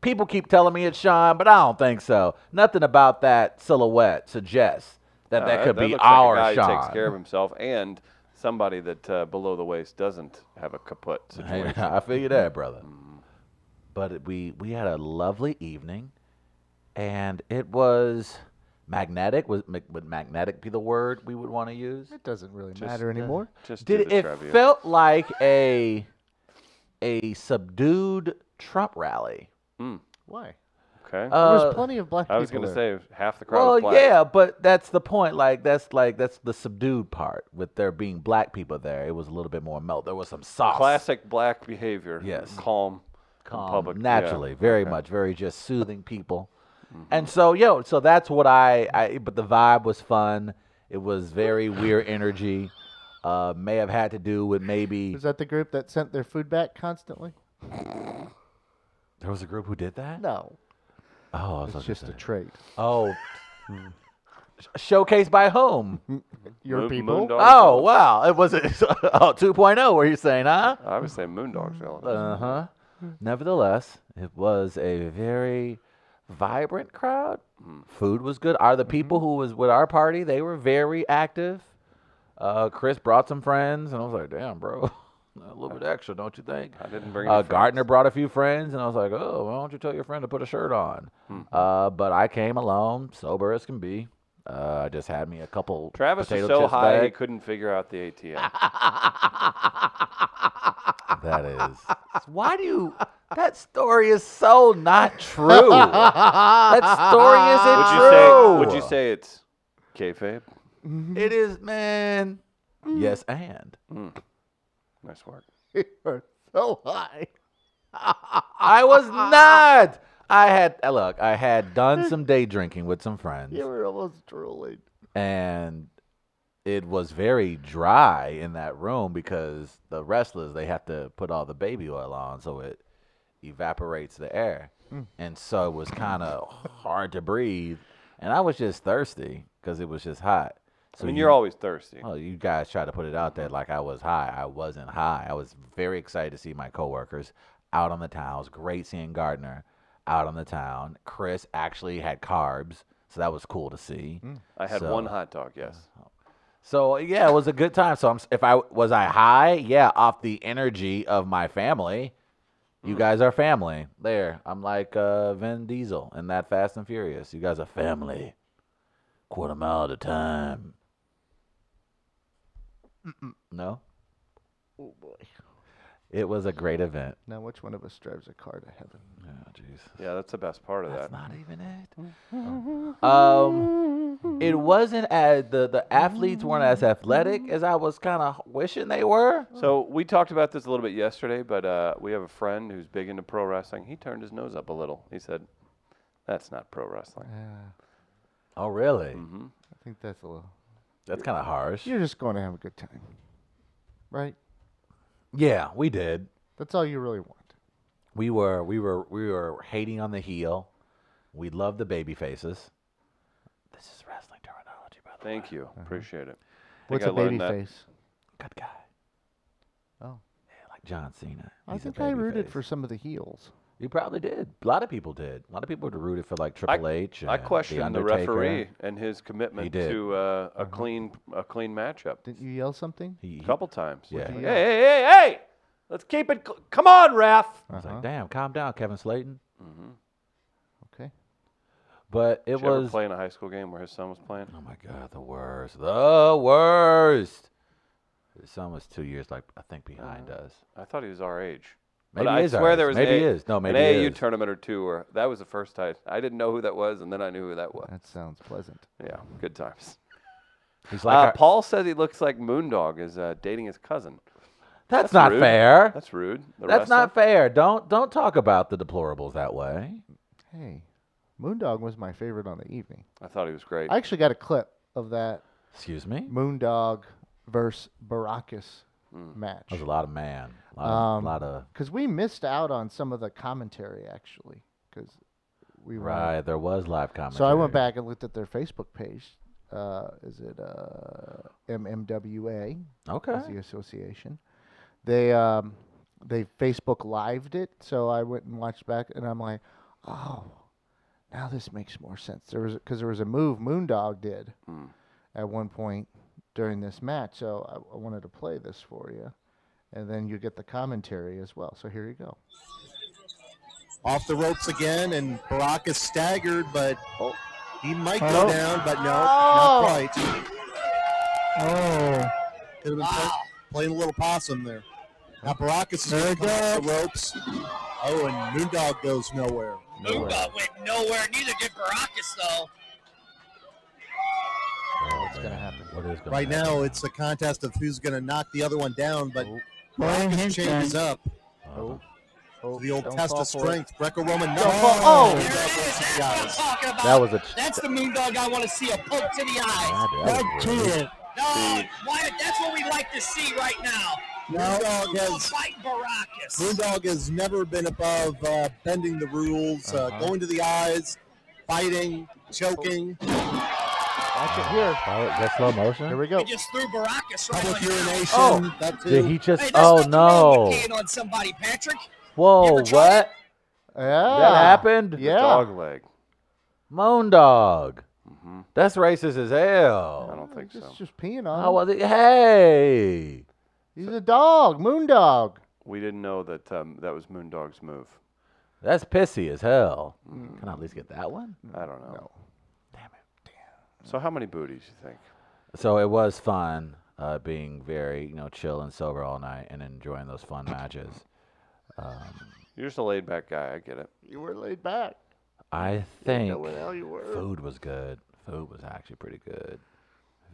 people keep telling me it's Sean, but I don't think so. Nothing about that silhouette suggests that Uh, that could be looks like a our guy who Sean. takes care of himself and somebody that uh, below the waist doesn't have a kaput [LAUGHS] Hey, situation. I feel you there, [LAUGHS] brother. Mm. But it- we we had a lovely evening, and it was magnetic. Was mag- would magnetic be the word we would want to use? It doesn't really matter anymore. Just do Did the it trivia. felt like a a subdued Trump rally? Why? Okay. There Uh, was plenty of black I was people going to there. say half the crowd Well, is black. yeah, but that's the point. Like that's like that's the subdued part with there being black people there. It was a little bit more melt. There was some sauce. Classic black behavior. Yes. Calm. in calm, public. yeah. Mm-hmm. naturally, very much, very just soothing people. And so, yo, so that's what I, I. But the vibe was fun. It was very weird energy. Uh, may have had to do with maybe Is that the group that sent their food back constantly? there was a group who did that. No, Oh, I was it's like, just a trait. [LAUGHS] oh, showcased by [LAUGHS] whom? Oh, Your Moon- people. Moondog. Oh, wow, it was it. [LAUGHS] Oh, 2.0. Were you saying, huh? I Uh-huh. would say Moondog's relevant. Uh huh. Nevertheless, it was a very, vibrant crowd. Food was good. Are the people Mm-hmm. who was with our party? They were very active. Uh, Chris brought some friends, and I was like, "Damn, bro, [LAUGHS] a little bit extra, don't you think?" I didn't bring Uh, any Gardner friends. brought a few friends, and I was like, "Oh, why don't you tell your friend to put a shirt on?" Hmm. Uh, but I came alone, sober as can be. Uh, I just had me a couple. Travis was potato so chips high he back. couldn't figure out the [LAUGHS] ATM. That is. [LAUGHS] Why do you? That story is so not true. that story isn't would you true. say? Would you say it's kayfabe? It is, man. Yes, and Nice work. You [LAUGHS] are so high. [LAUGHS] I was not. I had uh, look. I had done some day drinking with some friends, You were almost drooling. and it was very dry in that room because the wrestlers they have to put all the baby oil on, so it evaporates the air, Mm. and so it was kind of hard to breathe. And I was just thirsty because it was just hot. So I mean, you- you're always thirsty. Oh, you guys try to put it out there like I was high. I wasn't high. I was very excited to see my coworkers out on the town. It was great seeing Gardner out on the town. Chris actually had carbs, so that was cool to see. I had so- one hot dog. Yes. So yeah, it was a good time. So I'm, s- if I was I high, yeah, off the energy of my family. You Mm. guys are family. There, I'm like uh, Vin Diesel in that Fast and Furious. You guys are family. Quarter mile at a time. No. Oh boy. It was a great event. Now, which one of us drives a car to heaven? Oh, jeez. Yeah, that's the best part of That's that. not even it. um, it wasn't as the the athletes weren't as athletic as I was kind of wishing they were. So we talked about this a little bit yesterday, but uh, we have a friend who's big into pro wrestling. He turned his nose up a little. He said, "That's not pro wrestling." Mm-hmm. Uh, Oh, really? I think that's a little. That's kind of harsh. You're just going to have a good time, right? Yeah, we did. That's all you really want. We were we were we were hating on the heel. We love the baby faces. This is wrestling terminology, by the way. Thank you, appreciate it. I think What's I a baby learned that. face? Good guy. Oh, Yeah, like John Cena. I He's a think I baby rooted face. for some of the heels. You probably did. A lot of people did. A lot of people rooted for like Triple H. I and The questioned the, Undertaker. referee and his commitment did. Mm-hmm. to uh, a clean a clean matchup Didn't you yell something? He, a he couple times. Yeah. Like, hey, Yeah. hey, hey, hey! Let's keep it. Cl- Come on, ref. was Uh-huh. like, "Damn, calm down, Kevin Slayton." Okay. But it Did you ever was. play in a high school game where his son was playing? Oh my god, the worst. The worst. His son was two years, like I think, behind Uh-huh. us. I thought he was our age. Maybe I he is swear ours. there was Maybe an he A- is. No, maybe an he AAU is. tournament or two, or that was the first time I didn't know who that was, and then I knew who that was. That sounds pleasant. Yeah, good times. He's like, uh, our- Paul says he looks like Moondog is uh, dating his cousin. "That's not rude. fair. That's, That's rude. The not wrestler? fair. Don't don't talk about the deplorables that way." Hey, Moondog was my favorite on the evening. I thought he was great. I actually got a clip of that Excuse me. That Moondog versus Baracus match. was a lot of man. A lot, Um, of, lot of Because we missed out on some of the commentary, actually. Because we were. right. There was live commentary. So I went back and looked at their Facebook page. Uh, is it uh, MMWA? Okay. Is the association. They um, they Facebook lived it, so I went and watched back, and I'm like, oh, now this makes more sense. There was because there was a move Moondog did at one point during this match, so I, I wanted to play this for you, and then you get the commentary as well. So here you go. off the ropes again, and Barack is staggered, but he might Oh. go down, but no, Oh. not quite. Oh, Could have been play- Ah. playing a little possum there. Now Barack is There it coming off the ropes. Oh, and Moondog goes nowhere. Moondog went nowhere. Neither did Baracus, though. Oh, What's gonna man. happen? What is gonna Right happen? now, it's a contest of who's going to knock the other one down, but Brian Baracus changes up Oh, oh, the old don't test fall of for it. strength. Greco-Roman Don't knock. fall- oh! There it is. That's what I'm talking about. That was a. Ch- That's the Moondog I want to see. A poke to the eyes. that was rude. No, why, that's what we like to see right now. Moondog has Fight Baracus. Moondog has never been above uh, bending the rules, uh, going to the eyes, fighting, choking. Watch it here. Oh, is that slow motion? Here we He go. just threw Baracus right Public on the mouth. urination. Oh. That too. Did he just? Hey, there's oh nothing wrong no! with peeing on somebody, Patrick. Whoa! You ever What? tried it? That Yeah. happened? The Yeah. Dog leg. Moondog. That's racist as hell. I don't think just, so. Just peeing on. How him. was it? Hey. He's a dog, moondog. We didn't know that um, that was Moondog's move. That's pissy as hell. Can I at least get that one? I don't know. So how many booties you think? So it was fun uh, being very, you know, chill and sober all night and enjoying those fun matches. You're just a laid back guy. I get it. You were laid back. I think you were. food was good. Food was actually pretty good.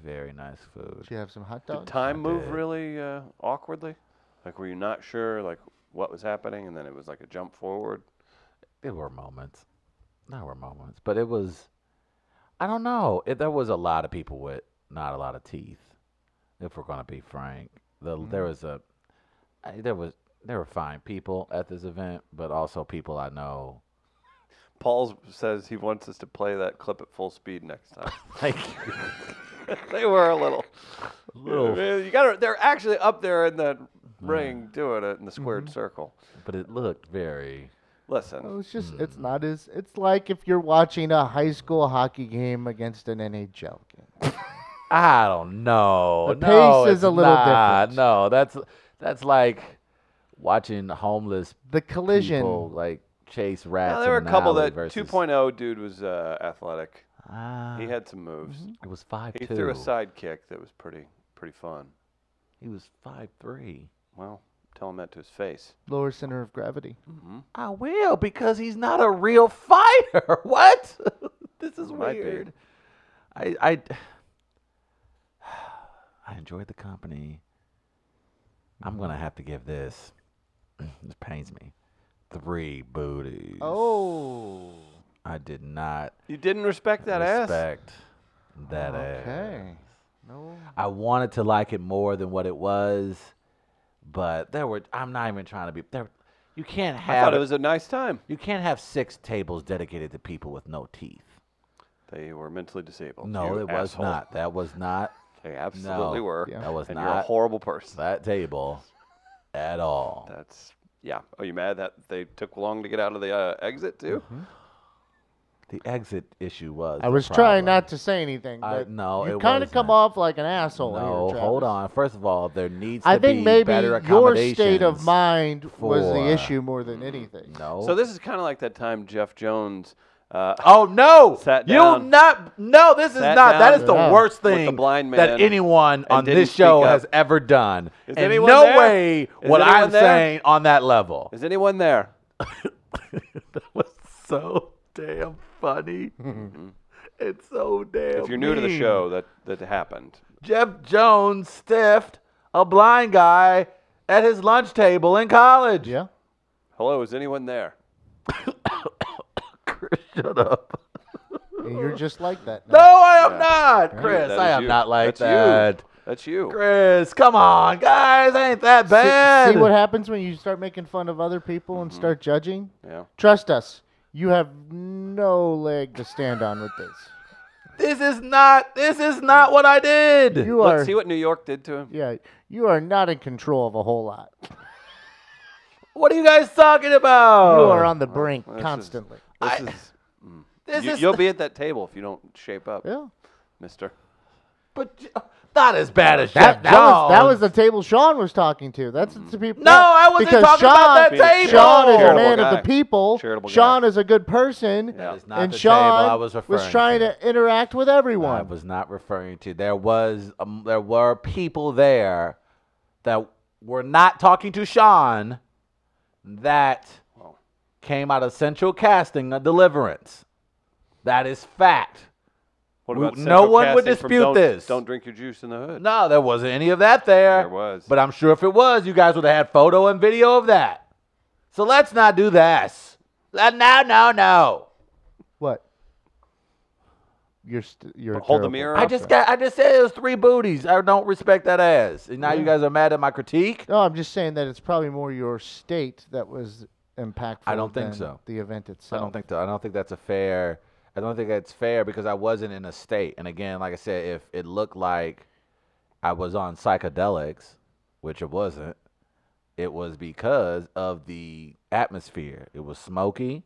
Very nice food. Did you have some hot Did dogs? time move did. really uh, awkwardly? Like were you not sure like what was happening, and then it was like a jump forward? There were moments. There were moments, but it was. I don't know. It, there was a lot of people with not a lot of teeth. If we're gonna be frank, the, Mm-hmm. there was a. I- There was there were fine people at this event, but also people I know. Paul says he wants us to play that clip at full speed next [LAUGHS] time. Like [LAUGHS] they were a little, Little. Mm. You got to. They're actually up there in the ring doing it in the squared Mm-hmm. circle. but it looked very. Listen, Well, it's Hmm. just it's not as it's like if you're watching a high school hockey game against an NHL game. I don't know. The no, pace is it's a little not. different. No, that's that's like watching homeless The collision. people like chase rats. now, there were in a an couple alley that versus, 2.0 dude was uh, athletic. Ah, He had some moves. it was five He two. threw a side kick that was pretty pretty fun. He was five three. Well, tell him that to his face. Lower center of gravity. I will because he's not a real fighter. [LAUGHS] What? this is Might be. weird. I I [SIGHS] I enjoyed the company. I'm gonna have to give this. [CLEARS THROAT] This pains me. Three booties. Oh. I did not You didn't respect that ass. respect that ass. Okay. No. I wanted to like it more than what it was, but there were. I'm not even trying to be. There, you can't I have. thought it was a nice time. You can't have six tables dedicated to people with no teeth. They were mentally disabled. No, You it was asshole. not. That was not. They absolutely No, were. that was and You're a not- horrible person. that table at all. That's yeah. Are you mad that they took long to get out of the uh, exit too? Mm-hmm. The exit issue was. I the was trying problem. not to say anything, I- but no, you it kind of come wasn't. off like an asshole. here, No, hold on. Travis. First of all, there needs to I think be maybe better your state of accommodations. mind was for- the issue more than anything. No. So this is kind of like that time Jeff Jones. Uh, Oh no! Sat You'll down. not. No, this is Sat not. That down is the Yeah. worst with the thing blind man that anyone on didn't this show speak up. has ever done. and Is anyone no there? way Is what anyone I'm there? saying on that level. is anyone there? [LAUGHS] that was so damn funny. it's so damn. Mm-hmm. If you're new to the mean. show, that that happened. Jeff Jones stiffed a blind guy at his lunch table in college. Yeah. Hello, is anyone there? [LAUGHS] Chris, shut [LAUGHS] up. And you're just like that. No, now. I am not, Chris. That I is am you. not like That's that. You. That's you. Chris, come on, guys, ain't that bad? See, see what happens when you start making fun of other people and start Mm-hmm. judging? Yeah. Trust us, you have no leg to stand on with this. this is not this is not what I did. You are, Let's see what New York did to him. yeah, you are not in control of a whole lot. what are you guys talking about? you are on the brink this is- constantly. This I- is. mm. [LAUGHS] This you, is- you'll be at that table if you don't shape up, yeah, Mister. but j- not as bad as Jeff that, that was that Jones. was the table Sean was talking to. That's the people. No, I wasn't because talking Sean, about that Being a table. Sean is a Charitable man of guy. the people. Charitable guy. Sean is a good person. Yeah. That is not and the table Sean I was referring trying to. to. interact with everyone. I was not referring to. There was um, there were people there that were not talking to Sean that came out of Central Casting a Deliverance. That is fact. What We- about no central one would casting from dispute don't, this. Don't drink your juice in the hood. No, there wasn't any of that there. There was. But I'm sure if it was, you guys would have had photo and video of that. So let's not do this. Uh, No, no, no. what? You're st- you're Hold the terrible. mirror I up. just got I just said it was three booties. I don't respect that ass. And now you guys are mad at my critique? No, I'm just saying that it's probably more your state that was impactful. I don't think than so. The event I itself. don't think that, I don't think that's a fair. I don't think that's fair because I wasn't in a state. And again, like I said, if it looked like I was on psychedelics, which it wasn't, it was because of the atmosphere. It was smoky.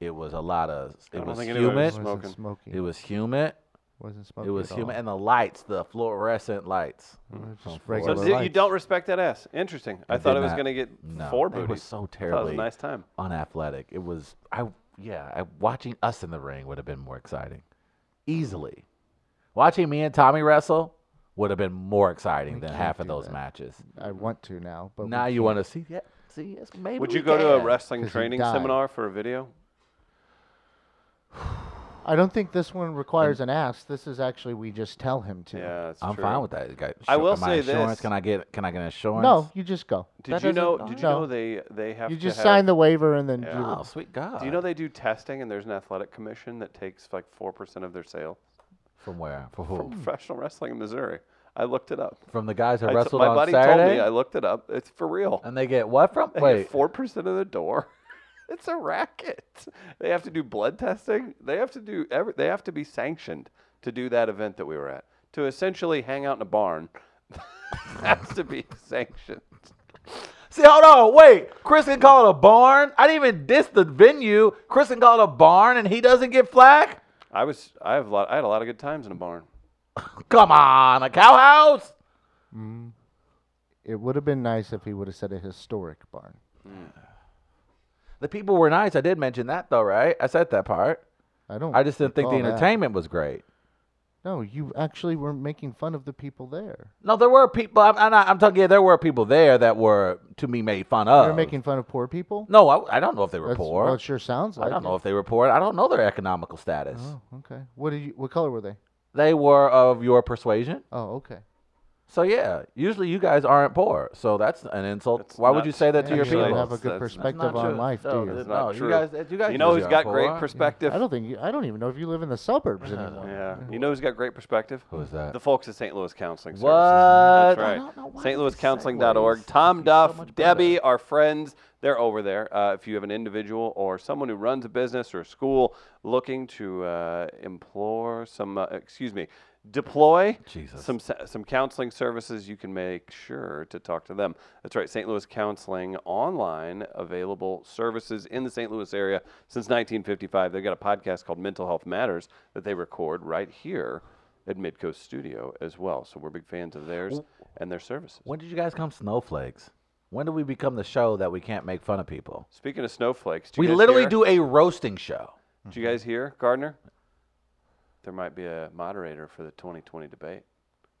It was a lot of. It don't was think anybody was humid. smoking. Wasn't smoking. It was humid. wasn't smoking. It was at humid, all. and the lights, the fluorescent lights. It was on Just four So regular Well, di- you lights. don't respect that ass. Interesting. Mm-hmm. I, I thought did it was not- going to get No, four they booties. were so I thought it was terribly a nice time. unathletic. It was I yeah, I, watching us in the ring would have been more exciting. Easily. Watching me and Tommy wrestle would have been more exciting than half of those matches. I want to now, but we Now you can't. want to see yeah, see yes, maybe Would we you go to a can. wrestling 'Cause you training died. seminar for a video? I don't think this one requires an ask. This is actually we just tell him to. Yeah, that's I'm true. fine with that. Got- I sure, will am say insurance? this. Can I get can I get insurance? No, you just go. Did That you doesn't- know? Did you no. know they they have You to just have- sign the waiver and then Yeah. you Oh, sweet God. Do you know they do testing and there's an athletic commission that takes like four percent of their sale from where? For who? from professional wrestling in Missouri? I looked it up. From the guys I that t- wrestled my on buddy Saturday. told me. I looked it up. It's for real. and they get what from? Wait, Four percent of the door. [LAUGHS] it's a racket. They have to do blood testing. They have to do every. They have to be sanctioned to do that event that we were at. To essentially hang out in a barn [LAUGHS] has to be [LAUGHS] sanctioned. See, hold on, wait. Chris can call it a barn. I didn't even diss the venue. Chris can call it a barn, and he doesn't get flack. I was. I have a lot. I had a lot of good times in a barn. Come on, a cow house. it would have been nice if he would have said a historic barn. The people were nice. I did mention that though, right? I said that part. I don't. I just didn't think the recall that. entertainment was great. No, you actually were making fun of the people there. No, there were people. I'm, I'm, not, I'm talking. Yeah, there were people there that were to me made fun of. You're making fun of poor people. No, I, I don't know if they were That's- Uh, poor. Well, it sure sounds like. I don't it. know if they were poor. I don't know their economical status. Oh, okay. What did you? What color were they? They were of your persuasion. Oh, okay. So yeah, usually you guys aren't poor. So that's an insult. That's Why would nuts. you say that to Yeah, your you don't people? have a good That's- that's not perspective on true. life, No, do that's you? It's not No, you true. guys- you guys know use who's your got great poor. perspective? I don't think. You, I don't even know if you live in [LAUGHS] the suburbs anymore. Yeah. You know who's got great perspective? Who's that? The folks at St. Louis Counseling What? Services. I That's don't know right. why St. this is Louis Counseling.org. segues. Tom This is so Duff, much better. Debbie, our friends, they're over there. Uh, if you have an individual or someone who runs a business or a school looking to uh, implore some, uh, excuse me, deploy Jesus. some se- some counseling services, you can make sure to talk to them. That's right, St. Louis Counseling online available services in the St. Louis area since 1955. They've got a podcast called Mental Health Matters that they record right here at Midcoast Studio as well. So we're big fans of theirs and their services. When did you guys come snowflakes? When did we become the show that we can't make fun of people? Speaking of snowflakes, do you We guys literally hear- do a roasting show. Do you guys hear Gardner? There might be a moderator for the 2020 debate.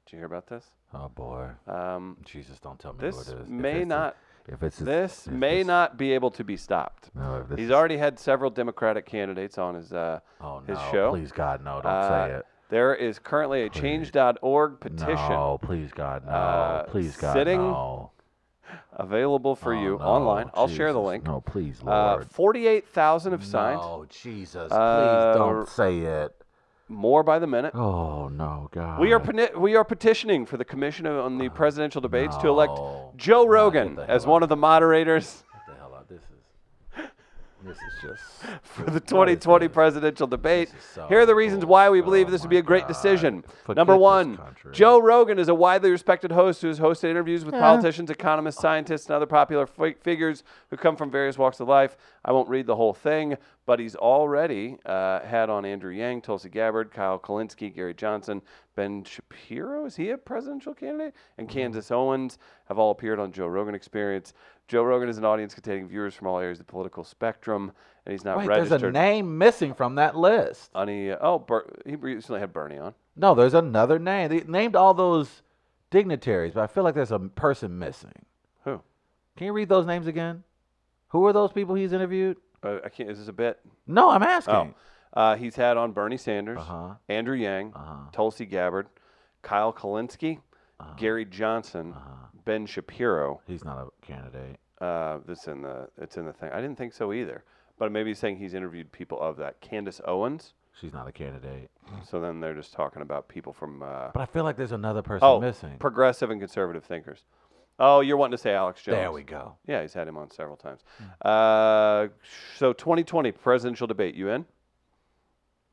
Did you hear about this? Oh boy, Um, Jesus, don't tell me this who it is. If may it's the- not. if it's the- This if may it's- not be able to be stopped. No, if this He's is- already had several Democratic candidates on his uh, Oh no! his show. Please God, no! Don't Uh, say it. There is currently a Change.org petition No, please God, no! uh, please God, sitting no! available for Oh, you no, online. I'll share the Jesus. link. No, please, Uh, Lord. Forty-eight thousand have signed. No, Jesus, please Uh, don't say it. More by the minute. Oh no, God! Oh, We are peni- we are petitioning for the commission on the presidential debates to elect no. Joe Nah, get Rogan the hell as out. one of the moderators [LAUGHS] What the hell? Out. This is this is [LAUGHS] just for the 2020 this? presidential debate. This is so Here are the reasons why we believe bull- this oh would be my a great God. decision. Forget Number this one, country. Joe Rogan is a widely respected host who has hosted interviews with politicians, economists, scientists, and other popular fi- figures who come from various walks of life. I won't read the whole thing, but he's already uh, had on Andrew Yang, Tulsi Gabbard, Kyle Kalinske, Gary Johnson, Ben Shapiro. Is he a presidential candidate? And Mm-hmm. Kansas Owens have all appeared on Joe Rogan Experience. Joe Rogan is an audience containing viewers from all areas of the political spectrum, and he's not Wait, registered. there's a name missing from that list. on the- oh, Ber- he recently had Bernie on. No, there's another name. They named all those dignitaries, but I feel like there's a person missing. Who? Can you read those names again? Who are those people he's interviewed? Uh, I can't. Is this a bit? No, I'm asking. Oh, uh, he's had on Bernie Sanders, Uh-huh. Andrew Yang, Uh-huh. Tulsi Gabbard, Kyle Kalinske, Gary Johnson, Uh-huh. Ben Shapiro. He's not a candidate. Uh, that's in the. It's in the thing. I didn't think so either. But maybe he's saying he's interviewed people of that. Candace Owens. She's not a candidate. So then they're just talking about people from. Uh, But I feel like there's another person oh, missing. progressive and conservative thinkers. Oh, you're wanting to say Alex Jones? there we go. Hmm. Yeah, he's had him on several times. Uh, so 2020 presidential debate. You in?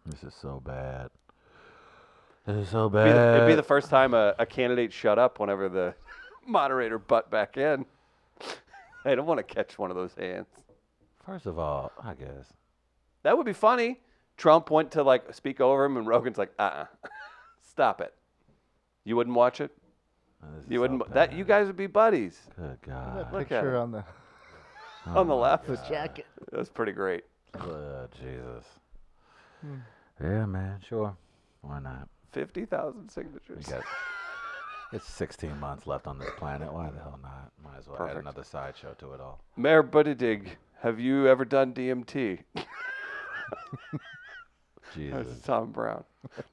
This is so bad. This is so It'd be the- bad. it'd be the first time a, a candidate shut up whenever the [LAUGHS] moderator butt back in. [LAUGHS] I don't want to catch one of those hands. First of all, I guess. That would be funny. Trump went to like speak over him, and Rogan's like, uh, uh [LAUGHS] stop it. You wouldn't watch it. Uh, This is You wouldn't. so That you bad. guys would be buddies Good God. look at Picture it. on the Oh on the left. jacket. That's pretty great. Good Jesus. Yeah, man. Sure. Why not? Fifty thousand We signatures. got. It's 16 months left on this planet. Why the hell not? Might as well add Perfect. another sideshow to it all. Mayor Buttigieg, have you ever done DMT? That's Jesus. Tom Brown.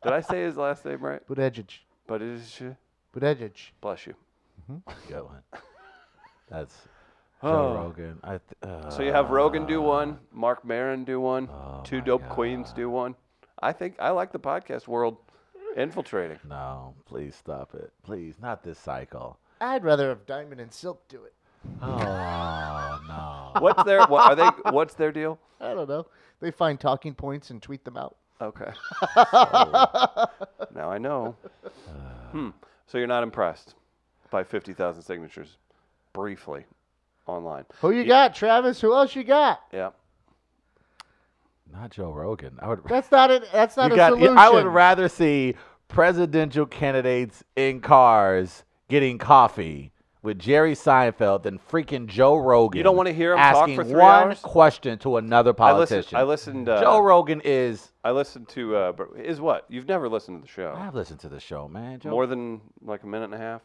Did I say his last name right? Budejich. But it is uh, Budejich. bless you. Good one. That's Oh. Joe Rogan. I th- uh, So you have Rogan do one, Mark Maron do one, oh two my dope queens do one. I think I like the podcast world [LAUGHS] infiltrating. No, please stop it. Please, not this cycle. I'd rather have Diamond and Silk do it. Oh no. What's their what are they what's their deal? I don't know. They find talking points and tweet them out. [LAUGHS] Okay. now I know. Uh. Hmm. So you're not impressed by 50,000 signatures briefly online. Who you got, Travis? Who else you got? Yeah. Not Joe Rogan. [LAUGHS] I would That's not it. That's not You a got- solution. I would rather see presidential candidates in cars getting coffee with Jerry Seinfeld than freaking Joe Rogan. You don't wanna hear him talk asking for three one hours? question to another I listened politician. I listened uh, Joe Rogan is. I listened to uh, Bur- is what? You've never listened to the show. I have listened to the show, man. Joe, More than like a minute and a half.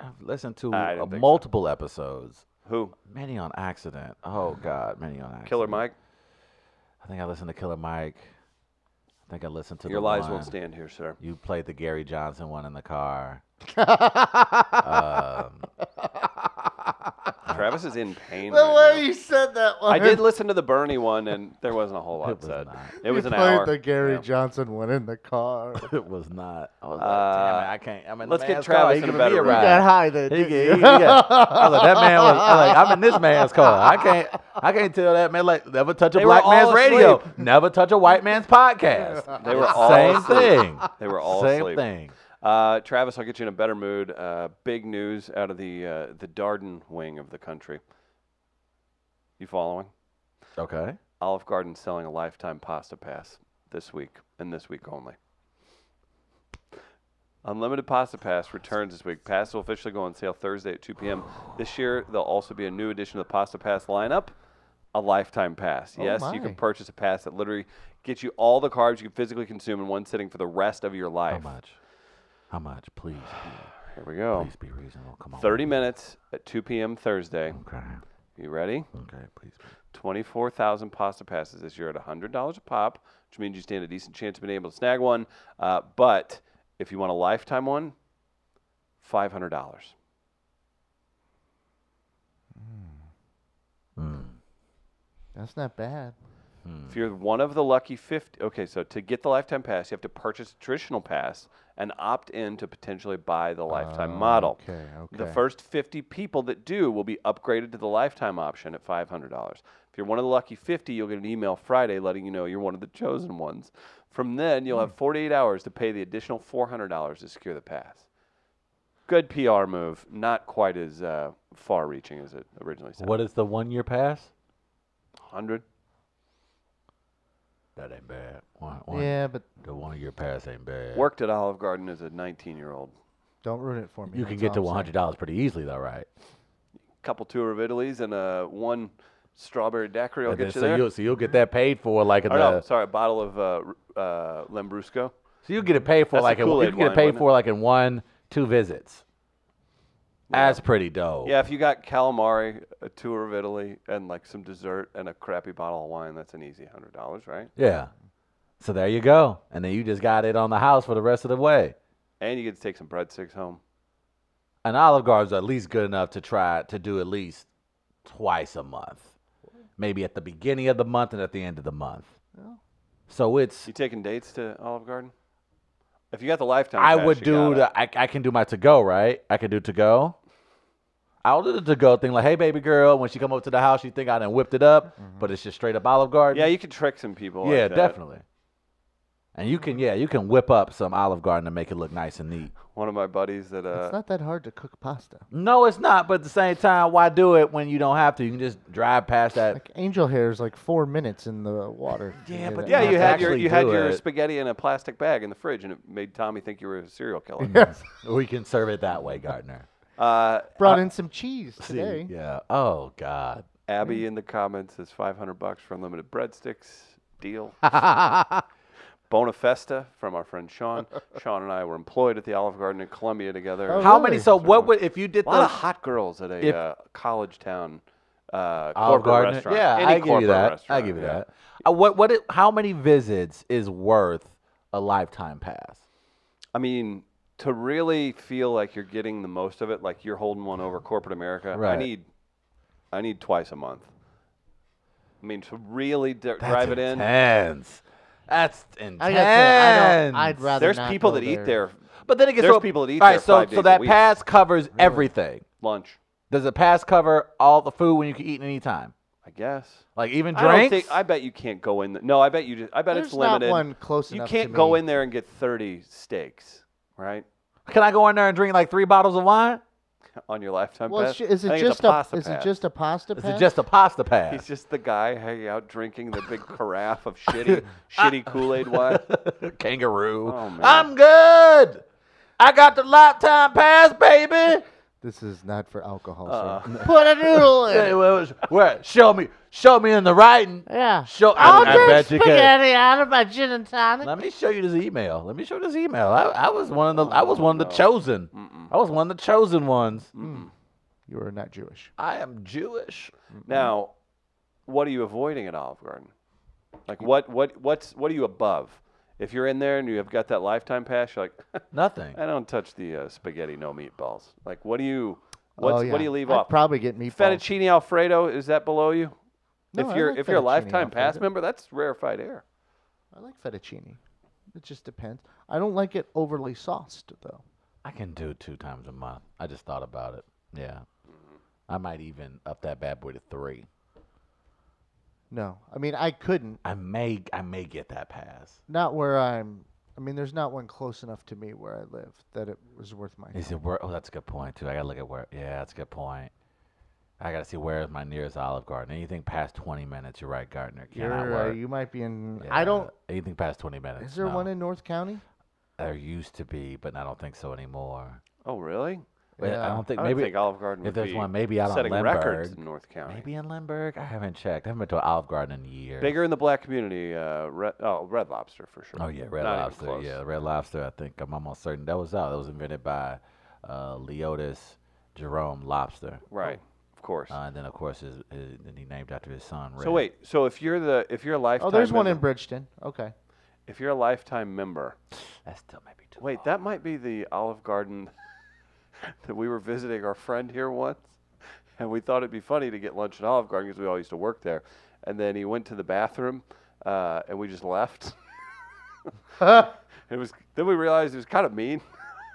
I've listened to I didn't uh, think so. multiple episodes. Who? Many on accident. Oh God, many on accident. Killer Mike. I think I listened to Killer Mike. I think I listened to Your the lies one- won't stand here, sir. You played the Gary Johnson one in the car. [LAUGHS] Travis is in pain. The right way now. you said that one. I did listen to the Bernie one, and there wasn't a whole lot It was said. not. It was you an played hour. the Gary Yeah. Johnson one in [LAUGHS] the car. it was not. I was like, Uh, damn it, I can't. I'm in let's the get man's car. Travis He in a giving me better a room. You ride. got high then. He, didn't get- you? he- yeah. I was like, that man was. I was like, I'm in this man's car. I can't. I can't tell that man like never touch a They were black man's all radio, asleep. never touch a white man's podcast. [LAUGHS] They were all same asleep. thing. [LAUGHS] They were all same asleep. thing. Uh, Travis, I'll get you in a better mood. Uh, big news out of the uh, the Darden wing of the country. You following? Okay. Olive Garden selling a lifetime pasta pass this week and this week only. Unlimited pasta pass returns this week. Pass will officially go on sale Thursday at 2 p.m. This year, there'll also be a new addition to the pasta pass lineup. A lifetime pass. Oh yes, you my. can purchase a pass that literally gets you all the carbs you can physically consume in one sitting for the rest of Oh, your How life. much? How much? Please, Here we go. please be reasonable. Come on. 30 minutes at 2 p.m. Thursday. Okay. You ready? Okay. Please. 24,000 pasta passes this year at $100 a pop, which means you stand a decent chance of being able to snag one. Uh, but if you want a lifetime one, $500. [LAUGHS] That's not bad. If you're one of the lucky 50, okay, so to get the lifetime pass, you have to purchase a traditional pass and opt in to potentially buy the lifetime model. Okay, The okay. first 50 people that do will be upgraded to the lifetime option at $500. If you're one of the lucky 50, you'll get an email Friday letting you know you're one of the chosen ones. From then, you'll Hmm. have 48 hours to pay the additional $400 to secure the pass. Good PR move, not quite as uh, far reaching as it originally sounded. What is the one-year pass? 100? That ain't bad. One, one, Yeah, but The one-year pass ain't bad. Worked at Olive Garden as a 19 year old. don't ruin it for me. You can that's get to all I'm saying. $100 pretty easily, though, right? Couple tour of Italy's and uh, one strawberry daiquiri will And then- get you so there. you'll so you'll get that paid for like in Or the no, sorry, a bottle of uh, r- uh, so Lambrusco. you'll get it paid for That's a like in, you Kool-Aid can get wine, it paid wasn't it? for like in one two visits. That's pretty dope. Yeah, if you got calamari, a tour of Italy, and like some dessert and a crappy bottle of wine, that's an easy hundred dollars, right? Yeah. So there you go, and then you just got it on the house for the rest of the way. And you get to take some breadsticks home. And Olive Garden's at least good enough to try to do at least twice a month, maybe at the beginning of the month and at the end of the month. So it's You taking dates to Olive Garden? If you got the lifetime, I pass, would you do gotta- the I, I can do my to go, right? I can do to go. I'll do the to go thing like, hey baby girl, when she come up to the house, you think Mm-hmm. I done whipped it up, but it's just straight up Olive Garden. Yeah, you could trick some people. uh, yeah, like that. definitely. And you can, yeah, you can whip up some Olive Garden to make it look nice and neat. One of my buddies that uh, it's not that hard to cook pasta. No, it's not. But at the same time, why do it when you don't have to? You can just drive past [LAUGHS] that. Like angel hair is like four minutes in the water. to Yeah, get but it. Yeah, not you to [LAUGHS] had your actually you had do your it. spaghetti in a plastic bag in the fridge, and it made Tommy think you were a [LAUGHS] serial killer. we can serve it that way, Gardner. Uh, brought in some cheese See, today. yeah. Oh [LAUGHS] God. Abby in the comments is 500 bucks for unlimited breadsticks deal. Bonafesta from our friend [LAUGHS] Sean. Sean and I were employed at the Olive Garden in Columbia together. Oh, a How many? really? So what would if you did lot of those? hot girls at a Oh. If- uh, college town uh, Olive corporate Garden. restaurant. Yeah, Any I give you corporate that. I restaurant, give you yeah. that. Uh, what? What? It, how many visits is worth a lifetime pass? I mean, to really feel like you're getting the most of it, like you're holding one over corporate America, I Right. need, I need twice a month. I mean, to really d- drive it in, Intense. That's intense. I got I don't. I'd rather. there's not people go that eat there. there But then it gets There's so, people that eat all right, there so five so days a that week. pass covers everything. lunch, Does the pass cover all the food when you can eat at any time? I guess. Like even I don't drinks? think. I bet you can't go in. th- no, I bet you. Just, I bet it's There's not limited. one close you enough can't to go me. in there and get 30 steaks, right? Can I go in there and drink like three bottles of wine? On your lifetime Well, pass. it's ju- is I it think just it's a, a? pasta Is it pass. just a pasta Is pass? it just a pasta pass? He's just the guy hanging out drinking the [LAUGHS] big carafe of shitty, shitty Kool Aid wine. Mm-hmm. [LAUGHS] Kangaroo. Oh, man. I'm good. I got the lifetime pass, baby. This is not for alcohol. sir. [LAUGHS] Put a noodle in. [LAUGHS] It was, where, show me, show me in the writing. Yeah. Show. I'll I, I drink bet you can. spaghetti out of my gin and tonic. Let me show you this email. Let me show this email. I, I was one of the. I was one of the chosen. I was one of the chosen ones. You are not Jewish. I am Jewish. Now, what are you avoiding at Olive Garden? Like what what what's what are you above? If you're in there and you have got that lifetime pass, you're like, [LAUGHS] Nothing. I don't touch the uh, spaghetti no meatballs. Like what do you what's, Oh, yeah. what do you leave I'd off? Probably get meatballs. Fettuccine Alfredo is that below you? No, if I you're like if you're a fettuccine lifetime pass Alfredo. member, that's rarefied air. I like fettuccine. It just depends. I don't like it overly sauced though. I can do two times a month. I just thought about it. Yeah. I might even up that bad boy to three. No, I mean I couldn't. I may I may get that pass. Not where I'm. I mean, there's not one close enough to me where I live that it was worth my. Is it where? Oh, that's a good point too. I gotta look at where. Yeah, that's a good point. I gotta see where is my nearest Olive Garden. Anything past twenty minutes, you're right, Gardner. Cannot You're, uh, work. you might be in. I don't. Yeah, Anything past twenty minutes? Is there no. one in North County? There used to be, but I don't think so anymore. Oh really? Wait, I Yeah. don't think I maybe don't think Olive Garden if would there's be one, maybe out on setting records Lindbergh. in North County. maybe in Lindbergh. I haven't checked. I haven't been to an Olive Garden in years. Bigger in the black community, uh, red, oh, Red Lobster for sure. Oh yeah, Red Not even Lobster. close. Yeah, Red Lobster. I think I'm almost certain that was out. That was invented by uh, Leotis Jerome Lobster, Right, of course. uh, and then of course his, his then he named after his son. Red. So wait, so if you're the if you're a lifetime Oh, there's one in member- Bridgeton. Okay. if you're a lifetime member, that still might be too. wait, that might be the Olive Garden [LAUGHS] that we were visiting our friend here once, and we thought it'd be funny to get lunch at Olive Garden because we all used to work there, and then he went to the bathroom, uh, and we just left. [LAUGHS] it was then we realized it was kind of mean.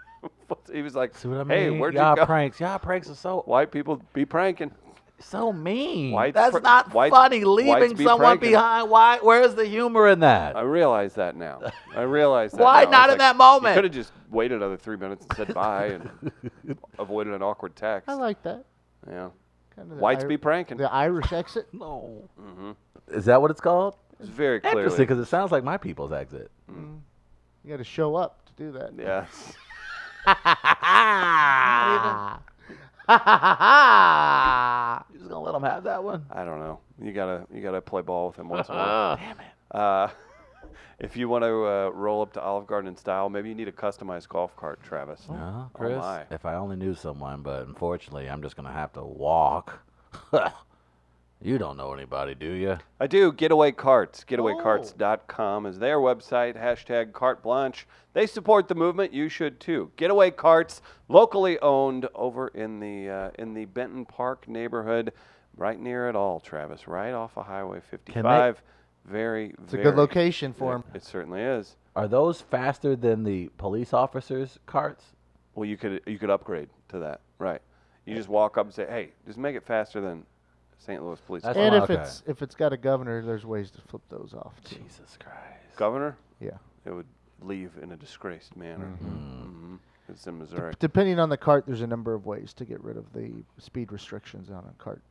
[LAUGHS] he was like, See what I mean? "Hey, where'd y'all you go? pranks? Y'all pranks are so White people be pranking." so mean. Whites That's pr- not whites- funny. whites Leaving be someone pranking. behind. Why? Where's the humor in that? I realize that now. I realize that. Why now. not It's in that moment? You could have just waited another three minutes and said bye [LAUGHS] and avoided an awkward text. I like that. yeah. Kind of the Whites Ir- be pranking. The [LAUGHS] Irish exit. no. Is that what it's called? It's very Interesting, Mm-hmm. clearly. because it sounds like my people's exit. You got to show up to do that. Yeah. You just gonna let them have that one? I don't know. You gotta you gotta play ball with him once in a Uh-huh. while. Damn it. Uh, [LAUGHS] if you want to uh, roll up to Olive Garden in style, maybe you need a customized golf cart, Travis. No, Oh, Chris. my. if I only knew someone, but unfortunately, I'm just gonna have to walk. [LAUGHS] you don't know anybody, do you? I do. Getaway Carts. GetawayCarts.com is their website. Hashtag carte blanche. They support the movement. You should too. Getaway Carts, locally owned over in the uh, in the Benton Park neighborhood, right near it all, Travis. Right off of Highway 55. Very, It's a good location for him. It certainly is. Are those faster than the police officers' carts? Well, you could you could upgrade to that, right? You just walk up and say, "Hey, just make it faster than St. Louis Police." That's- And Oh, if okay. it's if it's got a governor, there's ways to flip those off. Too. Jesus Christ! Governor, Yeah. it would leave in a disgraced manner. Mm-hmm. Mhm. It's in Missouri. Depending on the cart, there's a number of ways to get rid of the speed restrictions on a cart.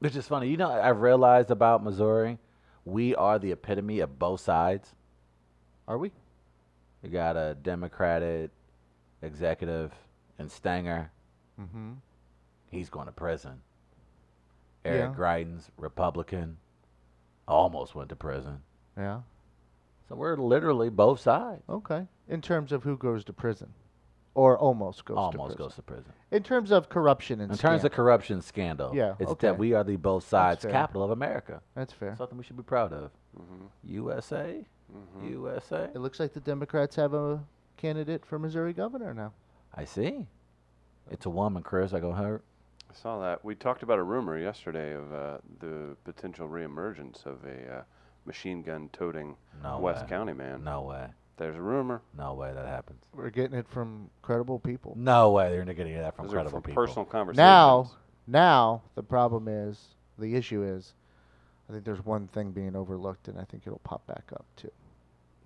Which is funny. You know, I've realized about Missouri, we are the epitome of both sides. Are we? You got a Democratic executive and Stanger. Mm-hmm. He's going to prison. Yeah. Eric Greitens, Republican, almost went to prison. Yeah. So we're literally both sides. Okay. In terms of who goes to prison, or almost goes to almost prison. goes to prison. In terms of corruption and In terms of scam. corruption scandal, Yeah, it's okay. that we are the both sides fair. capital of America. that's fair. Something we should be proud of. Mm-hmm. USA, USA. It looks like the Democrats have a candidate for Missouri governor now. I see. It's a woman, Chris. I go hurt. I saw that. We talked about a rumor yesterday of uh, the potential reemergence of a uh, machine gun toting No West way. County man. No way. There's a rumor. No way that happens. We're getting it from credible people. No way. They're not getting that from Those are credible from people. personal conversations. Now, now the problem is the issue is, I think there's one thing being overlooked, and I think it'll pop back up too.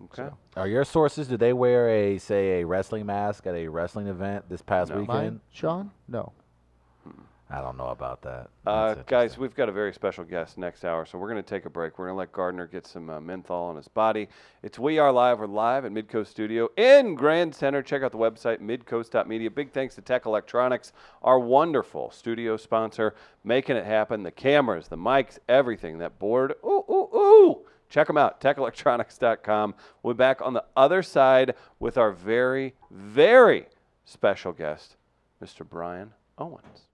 Okay. so. Are your sources? Did they wear a say a wrestling mask at a wrestling event this past No. weekend? Mine, Sean? No. I don't know about that. Uh, That's guys, interesting. we've got a very special guest next hour, so we're going to take a break. We're going to let Gardner get some uh, menthol on his body. It's We Are Live. We're live at Midcoast Studio in Grand Center. Check out the website, midcoast.media. Big thanks to Tech Electronics, our wonderful studio sponsor, making it happen. The cameras, the mics, everything, that board. Ooh, ooh, ooh. Check them out, techelectronics.com. We'll be back on the other side with our very, very special guest, Mr. Brian Owens.